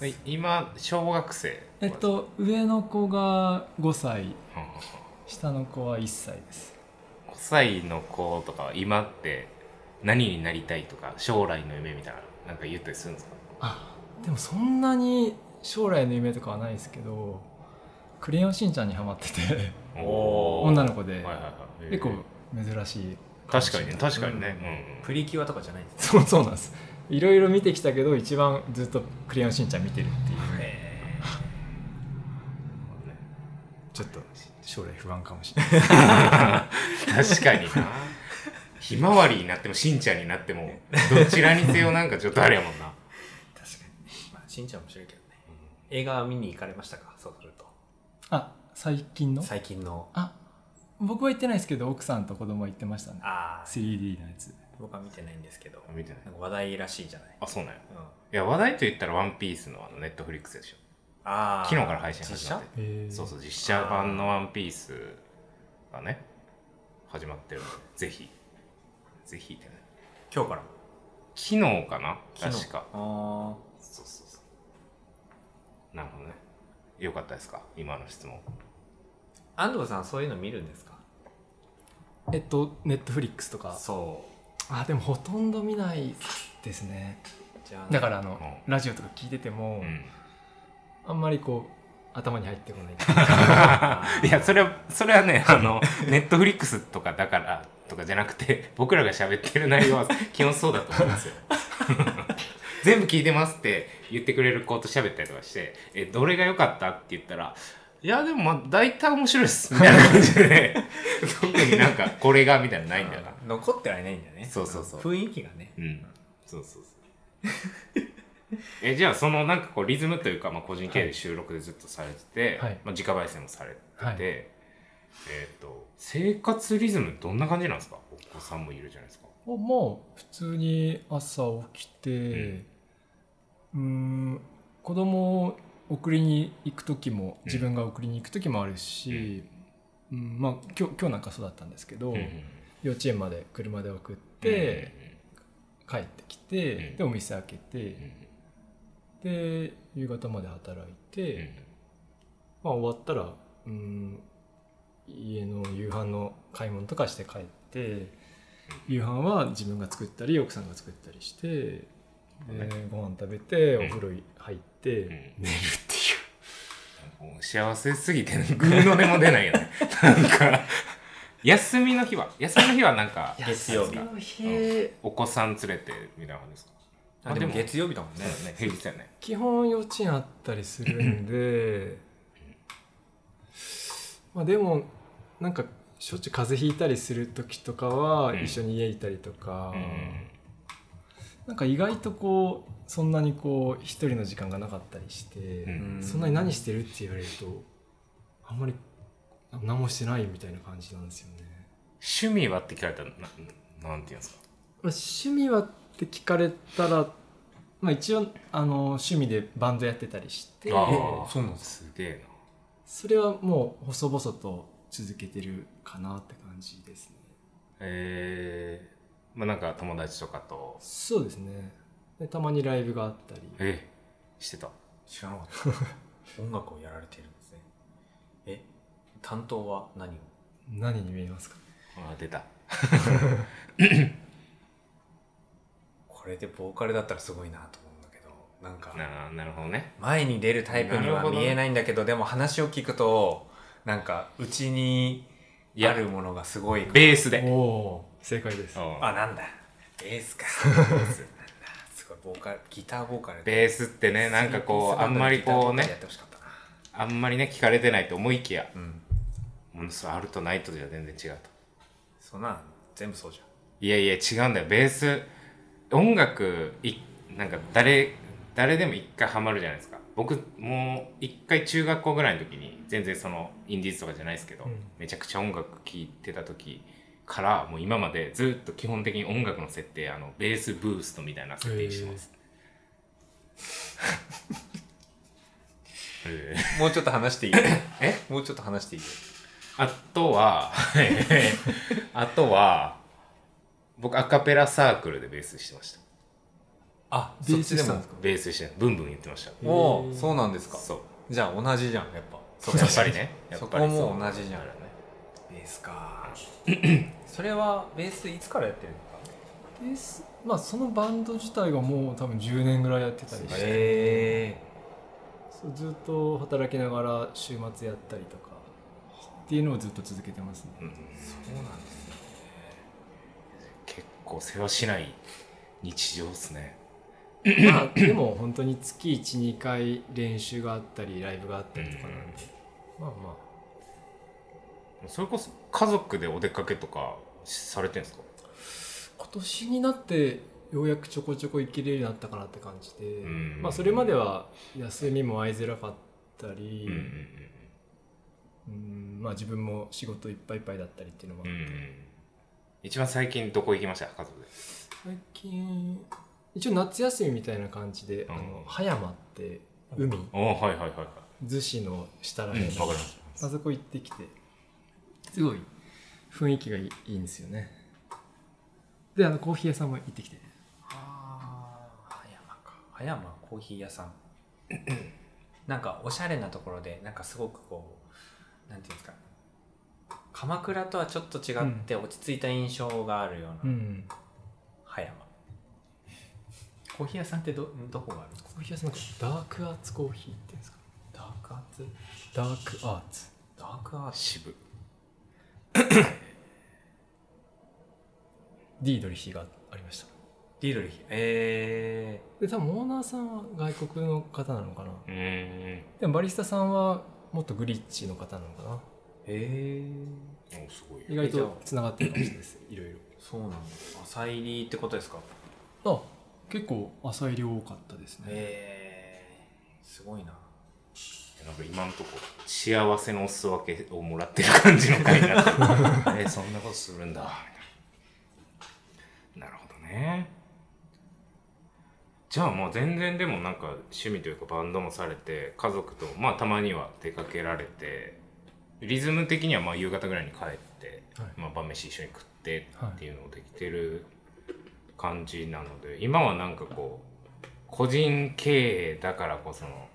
A: で今小学生
C: えっと上の子が5歳
A: はんはんはん
C: 下の子は1歳です
A: 5歳の子とかは今って何になりたいとか将来の夢みたいななんか言ったりするんですか
C: あでもそんなに将来の夢とかはないですけど「クレヨンしんちゃん」にハマってて
A: おー
C: 女の子で、
A: はいはいはい、
C: 結構珍しい
A: 確かにね確かにね、
B: う
A: うんん
B: プリキュアとかじゃないんですね
C: そうそうなんですいろいろ見てきたけど一番ずっと「クレヨンしんちゃん」見てるっていうね
B: え
C: ちょっと将来不安かもしれない
A: 確かになひまわりになってもしんちゃんになってもどちらにせよなんかちょっとあれやもんな
B: ー確かに、まあ、しんちゃん面白いけどね映画は見に行かれましたかそうすると
C: あ最近の
B: 最近の
C: あ僕は行ってないですけど奥さんと子供は行ってましたね
B: ああ
C: 3D のやつ
B: 僕は見てないんですけど
A: あ見てない
B: なんか話題らしいじゃない、
A: あそうなんや
B: うん、
A: いや話題と言ったら「ワンピースのあのネットフリックスでしょ
B: ああ
A: 昨日から配信
B: 実
A: 始ま
B: 写
A: って
C: へー
A: そうそう実写版の「ワンピースがね始まってるのでぜひぜひってね
B: 今日から
A: 昨日かな
B: 昨日
A: 確か
B: あ
A: そうそうそうなるほどねよかったですか今の質問
B: あ安藤さんそういうの見るんですか
C: えっとネットフリックスとか
B: そ
C: あでもほとんど見ないですね
B: うじゃあ
C: だからあの、
A: う
C: ラジオとか聞いてても、
A: うん
C: あんまりこう頭に入って こない
A: いやそれはそれはねあのネットフリックスとかだからとかじゃなくて僕らが喋ってる内容は基本そうだと思うんですよ 全部聞いてますって言ってくれる子と喋ったりとかして「えどれが良かった?」って言ったら「いやでもまあ大体面白いっす」みたいな感じで、 特になんかこれがみたいなのないんだよな
B: あー残ってはいないんだよね
A: そうそうそう
B: 雰囲気がね
A: うんそうそうそうえじゃあそのなんかこうリズムというか、まあ、個人経営で収録でずっとされてて、
C: はい
A: まあ、自家焙煎もされてて、
C: はい
A: えっ、と生活リズムどんな感じなんですかお子さんもいるじゃないですか
C: あまあ普通に朝起きてうーん子供を送りに行く時も自分が送りに行く時もあるし、うんまあ、今日今日なんかそうだったんですけど、
A: うん
C: 幼稚園まで車で送って、帰ってきて、
A: うん
C: でお店開けて、で夕方まで働いて、
A: うん
C: まあ、終わったらうん家の夕飯の買い物とかして帰って夕飯は自分が作ったり奥さんが作ったりしてでご飯食べてお風呂入って、
A: うん
C: 寝るっていう。
A: もう幸せすぎてぐうの音も出ないよねなんか休みの日は休みの日はなんか
B: 月曜日
A: なんですかうんお子さん連れてみたいな感じですか
B: あでも月曜日だもん
A: ね
B: ね
A: ね平日だよね
C: 基本幼稚園あったりする んでまあでもなんかしょっちゅう風邪ひいたりする時とかは
A: うん
C: 一緒に家いたりとか、
A: うん
C: なんか意外とこうそんなにこう一人の時間がなかったりして、
A: うん
C: そんなに何してるって言われるとあんまり何もしてないみたいな感じなんですよね。
A: 趣味はって聞かれたらななんて言うんですか
C: まあ趣味はって聞かれたら、まあ、一応あの趣味でバンドやってたりして
A: あ
B: えそうなんです
A: げえ
C: それはもう細々と続けてるかなって感じですね
A: なえー、まあなんか友達とかと
C: そうですねでたまにライブがあったり
A: えしてた
B: 知らなかった音楽をやられてるんですねえ担当は何を
C: 何に見えますか
A: あ出た
B: これでボーカルだったらすごいなと思うんだけどなんか
A: ななるほどね
B: 前に出るタイプに
A: なる
B: は
A: ほどね
B: 見えないんだけどでも話を聞くとなんかうちにあるものがすごい
A: ベースで
C: おおー正解です
A: うん
B: あなんだベースかベースなんだすごいボーカルギターボーカル
A: ベースってねなんかこうあんまりこう
B: やっ
A: ね
B: てほしかったな
A: あんまりね聞かれてないと思いきや
B: うん
A: ものすごいあるとないとじゃ全然違うと
B: そんなん全部そうじ
A: いやいや違うんだよベース音楽いなんか誰誰でも一回ハマるじゃないですか僕もう一回中学校ぐらいの時に全然そのインディーズとかじゃないですけど、
C: うん
A: めちゃくちゃ音楽聴いてた時からもう今までずっと基本的に音楽の設定あのベースブーストみたいな設定してます。えー
B: ゃんもうちょっと話していい
A: え
B: もうちょっと話していい
A: あとは あとは僕アカペラサークルでベースしてました。
B: あ
C: ベ
B: そっ
C: ー
B: ち
C: ス
B: で
C: したん
B: も
C: ですか
A: ベースしてブンブン言ってました
C: へー
B: おおそうなんですか
A: そう
B: じゃあ同じじゃんやっぱそ
A: やっぱりねや
B: そ
A: っ
B: こ
A: ぱり
B: も同じじゃん
A: そうだね
B: ベースか それはベースいつからやってるのか
C: ですまあそのバンド自体がもう多分10年ぐらいやってたりして、
B: へ
C: そうずっと働きながら週末やったりとかっていうのをずっと続け てますね
A: うん
B: えそうなんですね
A: 結構世話しない日常っすね
C: まあでも本当に月12回練習があったりライブがあったりとかなんで、まあま
A: それこそ家族でお出かけとかされてんですか
C: あ今年になってようやくちょこちょこ行けるようになったかなって感じで、
A: うん
C: まあ、それまでは休みも合いづらかったり、
A: うん
C: うんまあ、自分も仕事いっぱいいっぱいだったりっていうのもあ
A: うんう
C: っ
A: ん
C: て、
A: 一番最近どこ行きました家族で
C: 最近一応夏休みみたいな感じで、あ
A: うん
C: の葉山って海
A: あはいはいはいはい
C: 逗子の下ら
A: う
C: へん、
A: んわかります
C: あそこ行ってきてすごい雰囲気がいいいいんですよねであのコーヒー屋さんも行ってきて
B: ああ葉山か葉山コーヒー屋さん なんかおしゃれなところでなんかすごくこうなんていうんですか鎌倉とはちょっと違って落ち着いた印象があるような、
C: ん
B: 葉山コーヒー屋さんってどどこがあるんですか
C: コーヒー屋さんなんかダークアーツコーヒーって言うんですか
B: ダークアーツ
C: ダークアーツ
B: ダークアーツ
A: 渋
C: D ドリヒがありました
B: ディードリヒえ
C: で多分オーナーさんは外国の方なのかな
A: うーん
C: でもバリスタさんはもっとグリッチの方なのかな
B: ー、え
A: おすごい
C: 意外とつながってるかもしれないですいろい
B: そうなんです浅入りってことですか
C: ろあ結構浅い量多かったですね
B: えー、すごいな
A: なんか今のとこ幸せのお裾分けをもらってる感じの回になってる えそんなことするんだみたいななるほどねじゃあもう全然でもなんか趣味というかバンドもされて家族とまあたまには出かけられてリズム的にはまあ夕方ぐらいに帰って、
C: はい
A: まあ、晩飯一緒に食ってっていうのをできてる感じなので今はなんかこう個人経営だからこその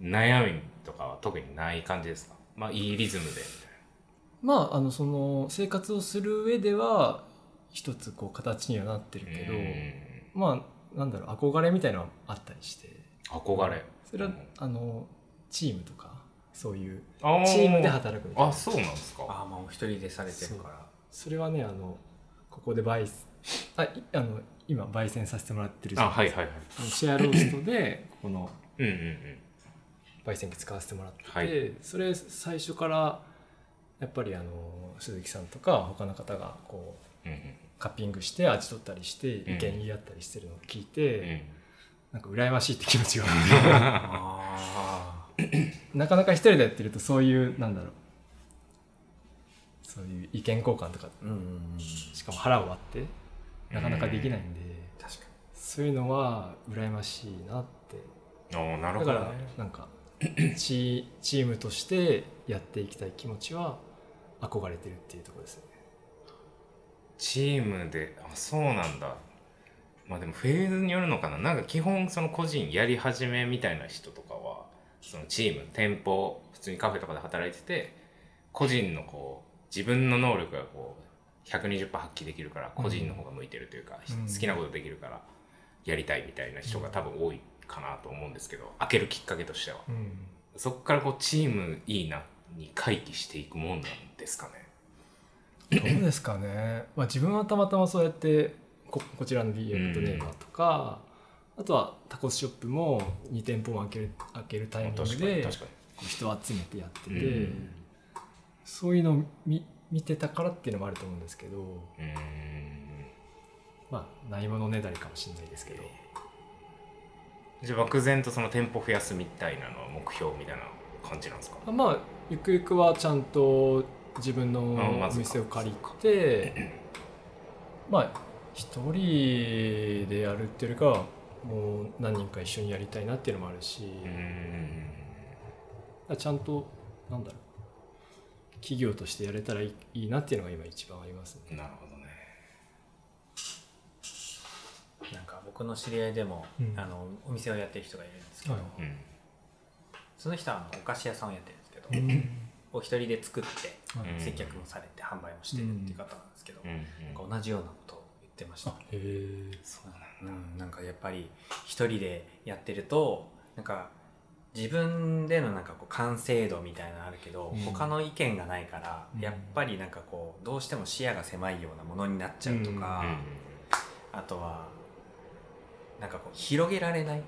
A: 悩みとかは特にない感じですかまあいいリズムでみたい
C: まああのその生活をする上では一つこう形にはなってるけど、
A: な
C: まあなんだろう憧れみたいなのはあったりして
A: うん憧れ
C: それは、
A: うん
C: あのチームとかそういう
A: あー
C: チームで働くみたいな
A: あそうなんですか
B: ああまあお一人でされてるから
C: それはねあのここで焙あいあの今焙煎させてもらってるじゃ
A: あ
C: ない
A: はい
C: ですか
A: はいはい
C: あのシェアローストでここの
A: うんうんうん
C: 焙煎機使わせてもらってて、
A: はい
C: それ最初からやっぱりあの鈴木さんとか他の方がこう
A: うん
C: カッピングして味取ったりして
A: うん
C: 意見言い合ったりしてるのを聞い
A: うんう
C: て、
A: ん
C: なんか羨ましいって気持ちが
B: あ
C: なかなか一人でやってるとそういうなんだろうそういう意見交換とか
B: あうんうんうん
C: しかも腹を割ってなかなかできないんで、
B: 確か
C: そういうのは羨ましいなって
A: ああなるほ
C: だか
A: ど
C: ら
A: ね
C: な んかチチームとしてやっていきたい気持ちは憧れてるっていうところですね
A: チームであそうなんだまあでもフェーズによるのかななんか基本その個人やり始めみたいな人とかはそのチーム店舗普通にカフェとかで働いてて個人のこう自分の能力がこう120%発揮できるから個人の方が向いてるというか、
C: うん
A: 好きなことできるからやりたいみたいな人が多分多いかなと思うんですけど開けるきっかけとしては
C: うん
A: そこからこうチームいいなに回帰していくもんなんですかね
C: どうですかね、まあ、自分はたまたまそうやってここちらの BM とネイバーとか、あとはタコスショップも2店舗を開ける開けるタイミング
A: 確かに
C: で
A: 確か
C: こう人を集めてやってて、
A: にうん
C: そういうのを見見てたからっていうのもあると思うんですけど
A: うーん
C: まあないものねだりかもしれないですけど
A: じゃあ漠然とその店舗増やすみたいなのは目標みたいな感じなんですか
C: まあまあゆくゆくはちゃんと自分の
A: あま
C: お
A: ずか
C: 店を借りてまあ一人でやるっていうよりかはもう何人か一緒にやりたいなっていうのもあるし、
A: うーん
C: ちゃんとなんだろう企業としてやれたらいいいいなっていうのが今一番ありますね。
A: なるほどね
B: になんか僕の知り合いでも、
C: うん
B: あのお店をやってる人がいるんですけど、
C: はい
A: うん
B: その人はあのお菓子屋さんをやってるんですけど、お一人で作って
C: はい
A: うん
B: 接客もされて販売もしてるっていう方なんですけど、
A: うんうん
B: なんか同じようなことを言ってました
C: あへえ
A: そうなんだ
B: うん、なんかやっぱり一人でやってるとなんか自分でのなんかこう完成度みたいなのあるけど、
C: うん
B: 他の意見がないから、
C: うん
B: やっぱりなんかこうどうしても視野が狭いようなものになっちゃうとか、あとはなんかこう広げられない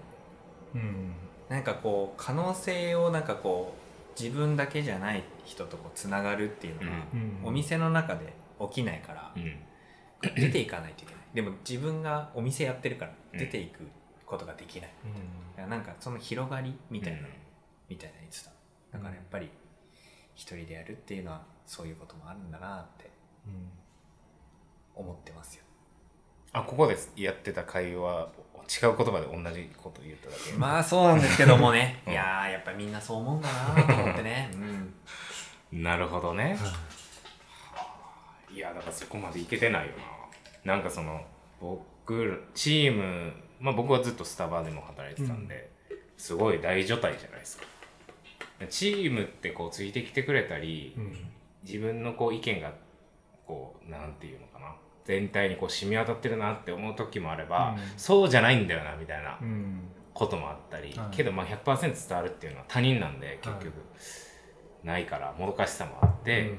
C: うん
B: なんかこう可能性をなんかこう自分だけじゃない人とこうつながるっていうのが、
C: うん
B: お店の中で起きないから
A: う、んうん
B: 出ていかないといけないでも自分がお店やってるから
A: うん
B: 出ていくことができない、
C: うん
B: なんかその広がりみたいな、
A: うん
B: みたいな言ってただからやっぱり一人でやるっていうのはそういうこともあるんだなって
C: うん
B: 思ってますよ
A: あここですやってた会話違う言葉で同じこと言っただけ
B: まあ そうなんですけどもね、
A: うん
B: いやーやっぱみんなそう思うんだなと思ってね、うん、
A: なるほどねいやだからそこまでいけてないよななんかその僕らチームまあ僕はずっとスタバでも働いてたんで、すごい大所帯じゃないですかチームってこうついてきてくれたり、
C: うん
A: 自分のこう意見がこうなんていうのかな全体にこう染み渡ってるなって思う時もあれば、
C: うん
A: そうじゃないんだよなみたいな
C: うん
A: こともあったり、
C: はい
A: けどまあ100%伝わるっていうのは他人なんで結局、ないからもどかしさもあって、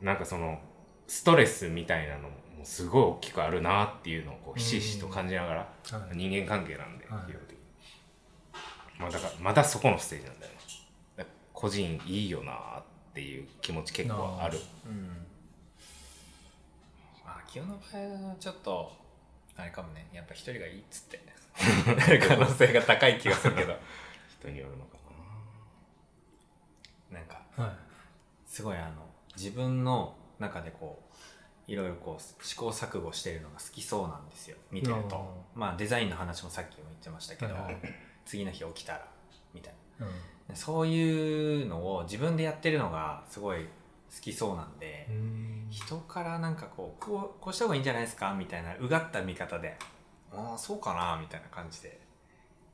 A: なんかそのストレスみたいなのもすごい大きくあるなっていうのをこうひしひしと感じながら、
C: うんはい
A: 人間関係なんで、
C: はい
A: 基本的にまあだからまだそこのステージなんだよねだから個人いいよなっていう気持ち結構ある
B: うんまあ清の場合はちょっとあれかもねやっぱ一人がいいっつ って可能性が高い気がするけど
A: 人によるのか
B: なんか
C: は
B: すごいあの自分の中でこういろいろこう試行錯誤してるのが好きそうなんですよ見てるとまあデザインの話もさっきも言ってましたけど、
C: はいはい
B: 次の日起きたらみたい
C: いうん
B: なそういうのを自分でやってるのがすごい好きそうなんで、
C: うん
B: 人からなんかこうこうこうした方がいいんじゃないですかみたいなうがった見方でああ、そうかな、みたいな感じで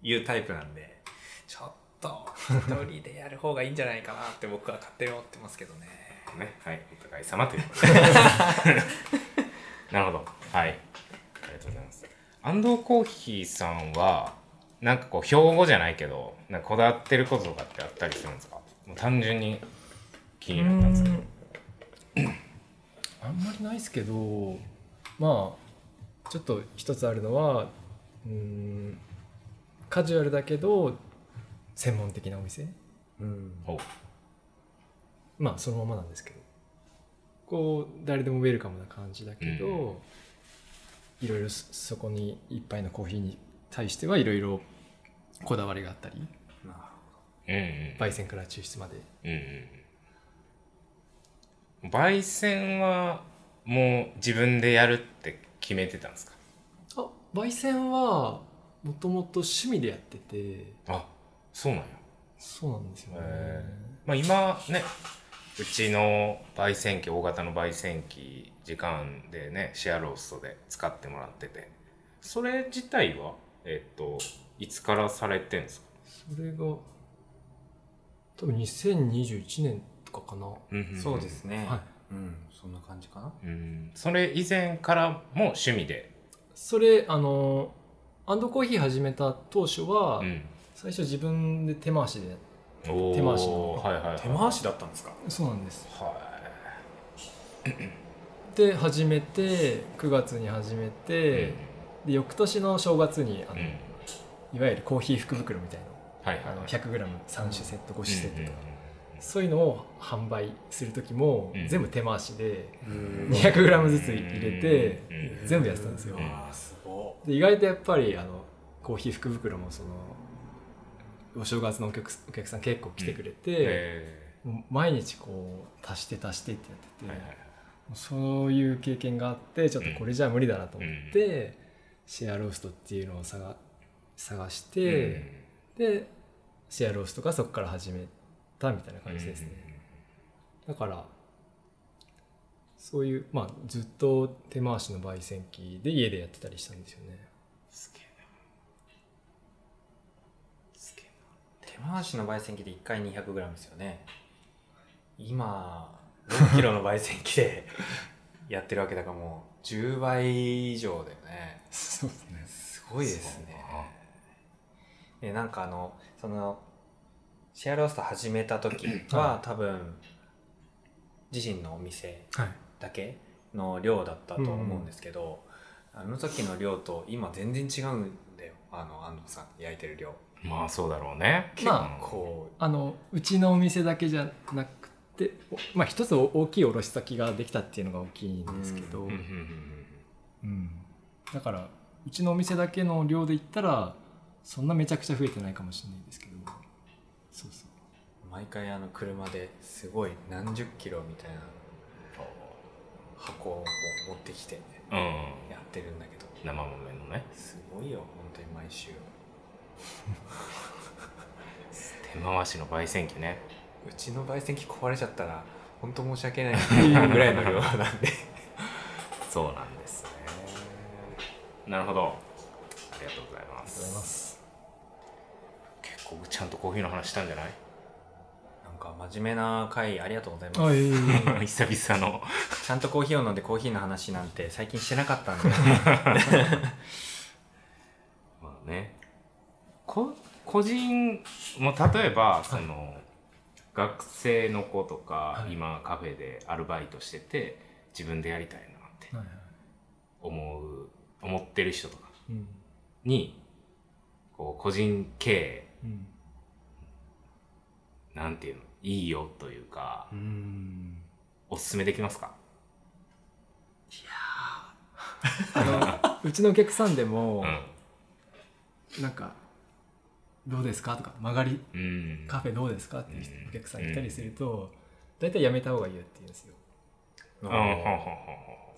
B: 言うタイプなんで、ちょっと、一人でやる方がいいんじゃないかなって僕は勝手に思ってますけどね。
A: ね、はい、お互い様ということで。なるほど。はい。ありがとうございます。安藤コーヒーさんは、なんかこう、標語じゃないけど、なんかこだわってることとかってあったりするんですかもう単純に気になったんですけど。
C: あんまりないですけどまあちょっと一つあるのはうーんカジュアルだけど専門的なお店
B: うん。
A: お
C: まあそのままなんですけどこう誰でもウェルカムな感じだけど、
A: う
C: いろいろそそこに一杯のコーヒーに対してはいろいろこだわりがあったり
B: な
A: うん
B: る
A: うん。
C: 焙煎から抽出まで
A: うんうんうん。焙煎は、もう自分でやるって決めてたんですか
C: あ焙煎はもともと趣味でやってて
A: あ、そうなんや。
C: そうなんですよね
A: へまあ、今ねうちの焙煎機大型の焙煎機時間でねシェアローストで使ってもらっててそれ自体はえっといつからされてんですか
C: それが多分2021年とかかな、
B: ほど。そうですね。
C: はい
B: うん、そんな感じかな。
A: うんそれ以前からも趣味で
C: それあのアンドコーヒー始めた当初は、
A: うん
C: 最初自分で手回しで
A: おー
C: 手回しの
A: はいはいはい
B: 手回しだったんですか
C: そうなんです
A: は
C: で始めて9月に始め
A: い
C: て、で翌年の正月にあ
A: うん
C: の、
A: うん
C: いわゆるコーヒー福袋みたい
A: はいはい
C: なあの
A: はい
C: 100g3 種セット5種セットとか、
A: うん
C: そういうのを販売する時も、
A: うん
C: 全部手回しで
B: う
C: 200g ずつ入れて、
A: うんうん
C: 全部やってたんですよ、
B: ああ、すご
C: で意外とやっぱりあのコーヒー福袋もそのお正月のお客お客さん結構来てくれて、
A: え
C: もう毎日こう足して足してってやっ
A: ー
C: てて、
A: はいはいはい
C: そういう経験があってちょっとこれじゃ無理だなと思って、シェアローストっていうのを探探して、でシェアローストがそこから始めたみたいな
A: うん
C: 感じですね、だからそういうまあずっと手回しの焙煎機で家でやってたりしたんですよね
A: すげえなすげえ
B: い。手回しの焙煎機で1回 200g ですよね。今、6キロの焙煎機 でやってるわけだからもう10倍以上だよね。
C: そうですね
B: すごいですね
A: そうか。
B: でなんかあのそのシェアロースト始めた時は、多分自身のお店
C: はい
B: だけの量だったと思うんですけど、あの時の量と今全然違うんだよあの安藤さん焼いてる量
A: まあそうだろうね。
B: 結
C: ま
B: 構、
C: あのうちのお店だけじゃなくて、おまあ、一つ大きい卸先ができたっていうのが大きいんですけど、
A: うんうんうん
C: うんだからうちのお店だけの量で言ったらそんなめちゃくちゃ増えてないかもしれないですけどそうそう
B: 毎回あの車ですごい何十キロみたいな箱を持ってきて
A: うんうんうん
B: やってるんだけど
A: 生豆のね
B: すごいよ本当に毎週
A: 手回しの焙煎機ね。
B: うちの焙煎機壊れちゃったら本当申し訳ないっていうぐらいの量なんで
A: そうなんですね。なるほど。ありがとうございます。
C: ます
A: 結構ちゃんとコーヒーの話したんじゃない？
B: なんか真面目な回ありがとうございます、
C: あいえいえ い
A: 久々の。
B: ちゃんとコーヒーを飲んでコーヒーの話なんて最近してなかったんで
A: まあね。こ個人もう例えばその、学生の子とか、
C: はい
A: 今カフェでアルバイトしてて自分でやりたいなって
C: えはいはい
A: 思う思ってる人とか
C: うん
A: にこう個人経営
C: うん
A: なんていうのいいよというか
C: うん
A: おすすめできますか
C: あのうちのお客さんでも
A: う、
C: なんか「どうですか?」とか「曲がり
A: んうん
C: カフェどうですか?」っていう人
A: うん
C: お客さん来たりすると大体やめた方がいいよって言うんですよ
B: う
A: うんほんほん
B: ん
A: ほん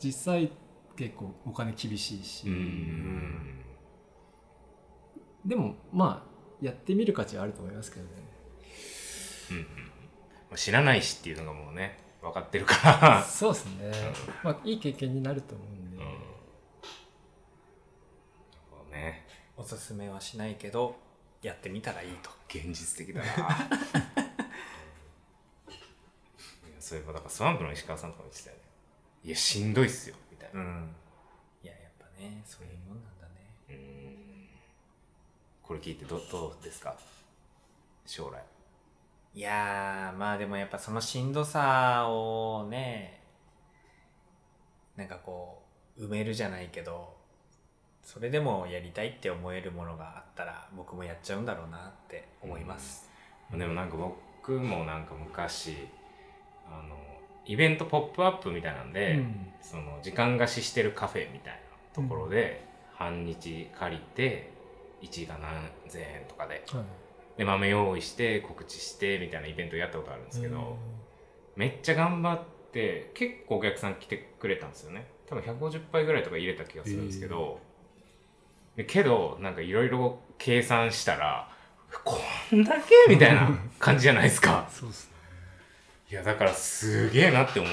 C: 実際結構お金厳しいし、
A: ほんうん
C: でもまあやってみる価値はあると思いますけどね
A: 知らないしっていうのがもうね分かってるから
C: そうですね、まあ、いい経験になると思うんで、
A: うん
B: おすすめはしないけどやってみたらいいと
A: 現実的だないやそういえばだからスワンプの石川さんとかも言ってたよねいやしんどいっすよみたいな
B: うんいややっぱねそういうもんなんだね
A: うーんこれ聞いてどどうですか将来
B: いやーまあでもやっぱそのしんどさをねなんかこう埋めるじゃないけどそれでもやりたいって思えるものがあったら僕もやっちゃうんだろうなって思います、
A: でもなんか僕もなんか昔あのイベント「ポップアップみたいなんで、
C: うん
A: その時間貸ししてるカフェみたいなところで半日借りて1時間何千円とかで
C: はい
A: で豆用意して告知してみたいなイベントやったことあるんですけど、めっちゃ頑張って結構お客さん来てくれたんですよね多分150杯ぐらいとか入れた気がするんですけど、でけどなんかいろいろ計算したらこんだけみたいな感じじゃないですか
C: えー そうですね
A: いやだからすげえなって思う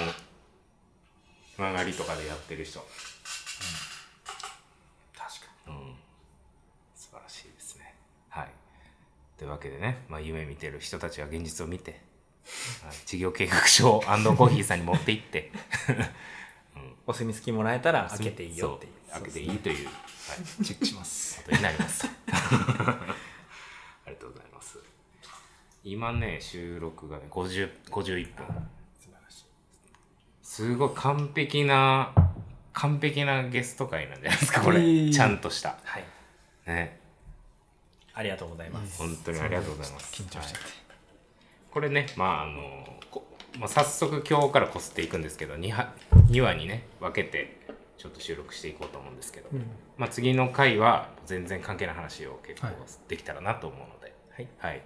A: 曲がりとかでやってる人
B: 確か
A: うん素晴らしいですねはいというわけでね、まあ、夢見てる人たちは現実を見て、はい、事業計画書をアンドコーヒーさんに持って行って
B: にお墨付きもらえたら 開けていいよっていう
A: そう開けていいという、はい、
C: チェックします
A: ことになり ます。 ありがとうございます。今ね、収録がね、50 51分。
B: 素晴らしい
A: すごい完璧な、完璧なゲスト会なんじゃないですか、こ
C: え
A: れ。
C: ー
A: ちゃんとした。
B: はい
A: ね。
B: ありがとうございます、
A: 本当にありがとうございます。
C: 緊張しちゃって、
A: はいこれね、まあ、あの、こまあ、早速今日からこすっていくんですけど、2, は2話にね、分けて、ちょっと収録していこうと思うんですけど、
C: うん
A: まあ、次の回は全然関係ない話を結構
C: はい
A: できたらなと思うので、
B: はい
A: はい。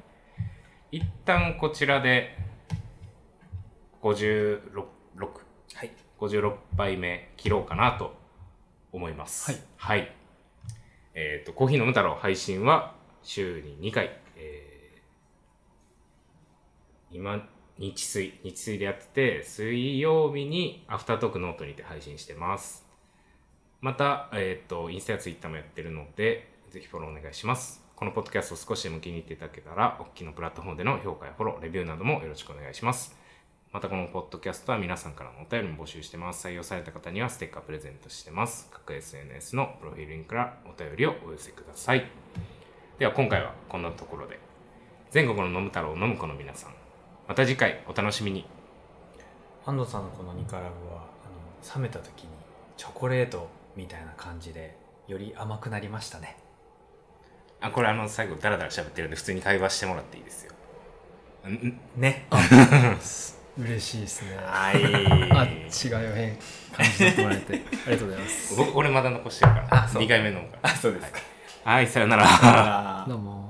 A: 一旦こちらで、56、6
B: はい
A: 56杯目切ろうかなと思います。
C: はい。
A: えっ、と、コーヒー飲む太郎配信は週に2回、えー今、日水、日水でやってて、水曜日にアフタートークノートにて配信してます。また、えっ、と、インスタやツイッターもやってるので、ぜひフォローお願いします。このポッドキャストを少しでも気に入っていただけたら、おっきなプラットフォームでの評価やフォロー、レビューなどもよろしくお願いします。またこのポッドキャストは皆さんからのお便りも募集してます。採用された方にはステッカープレゼントしてます。各 SNS のプロフィールリンクからお便りをお寄せください。では今回はこんなところで。全国の飲む太郎を飲む子の皆さん。また次回お楽しみに。
B: 安藤さんのこのニカラグはあの冷めた時にチョコレートみたいな感じでより甘くなりましたね
A: あ、これあの最後ダラダラ喋ってるんで普通に会話してもらっていいですよ。んん
B: ね
C: 嬉しいですねあ
B: はい
C: 違いを変感じてもらえてありがとうございます
A: 僕俺まだ残してるから。
B: あそう
A: 2回目飲むから。
B: そうですか
A: はい、さよなら。
B: あー
C: どうも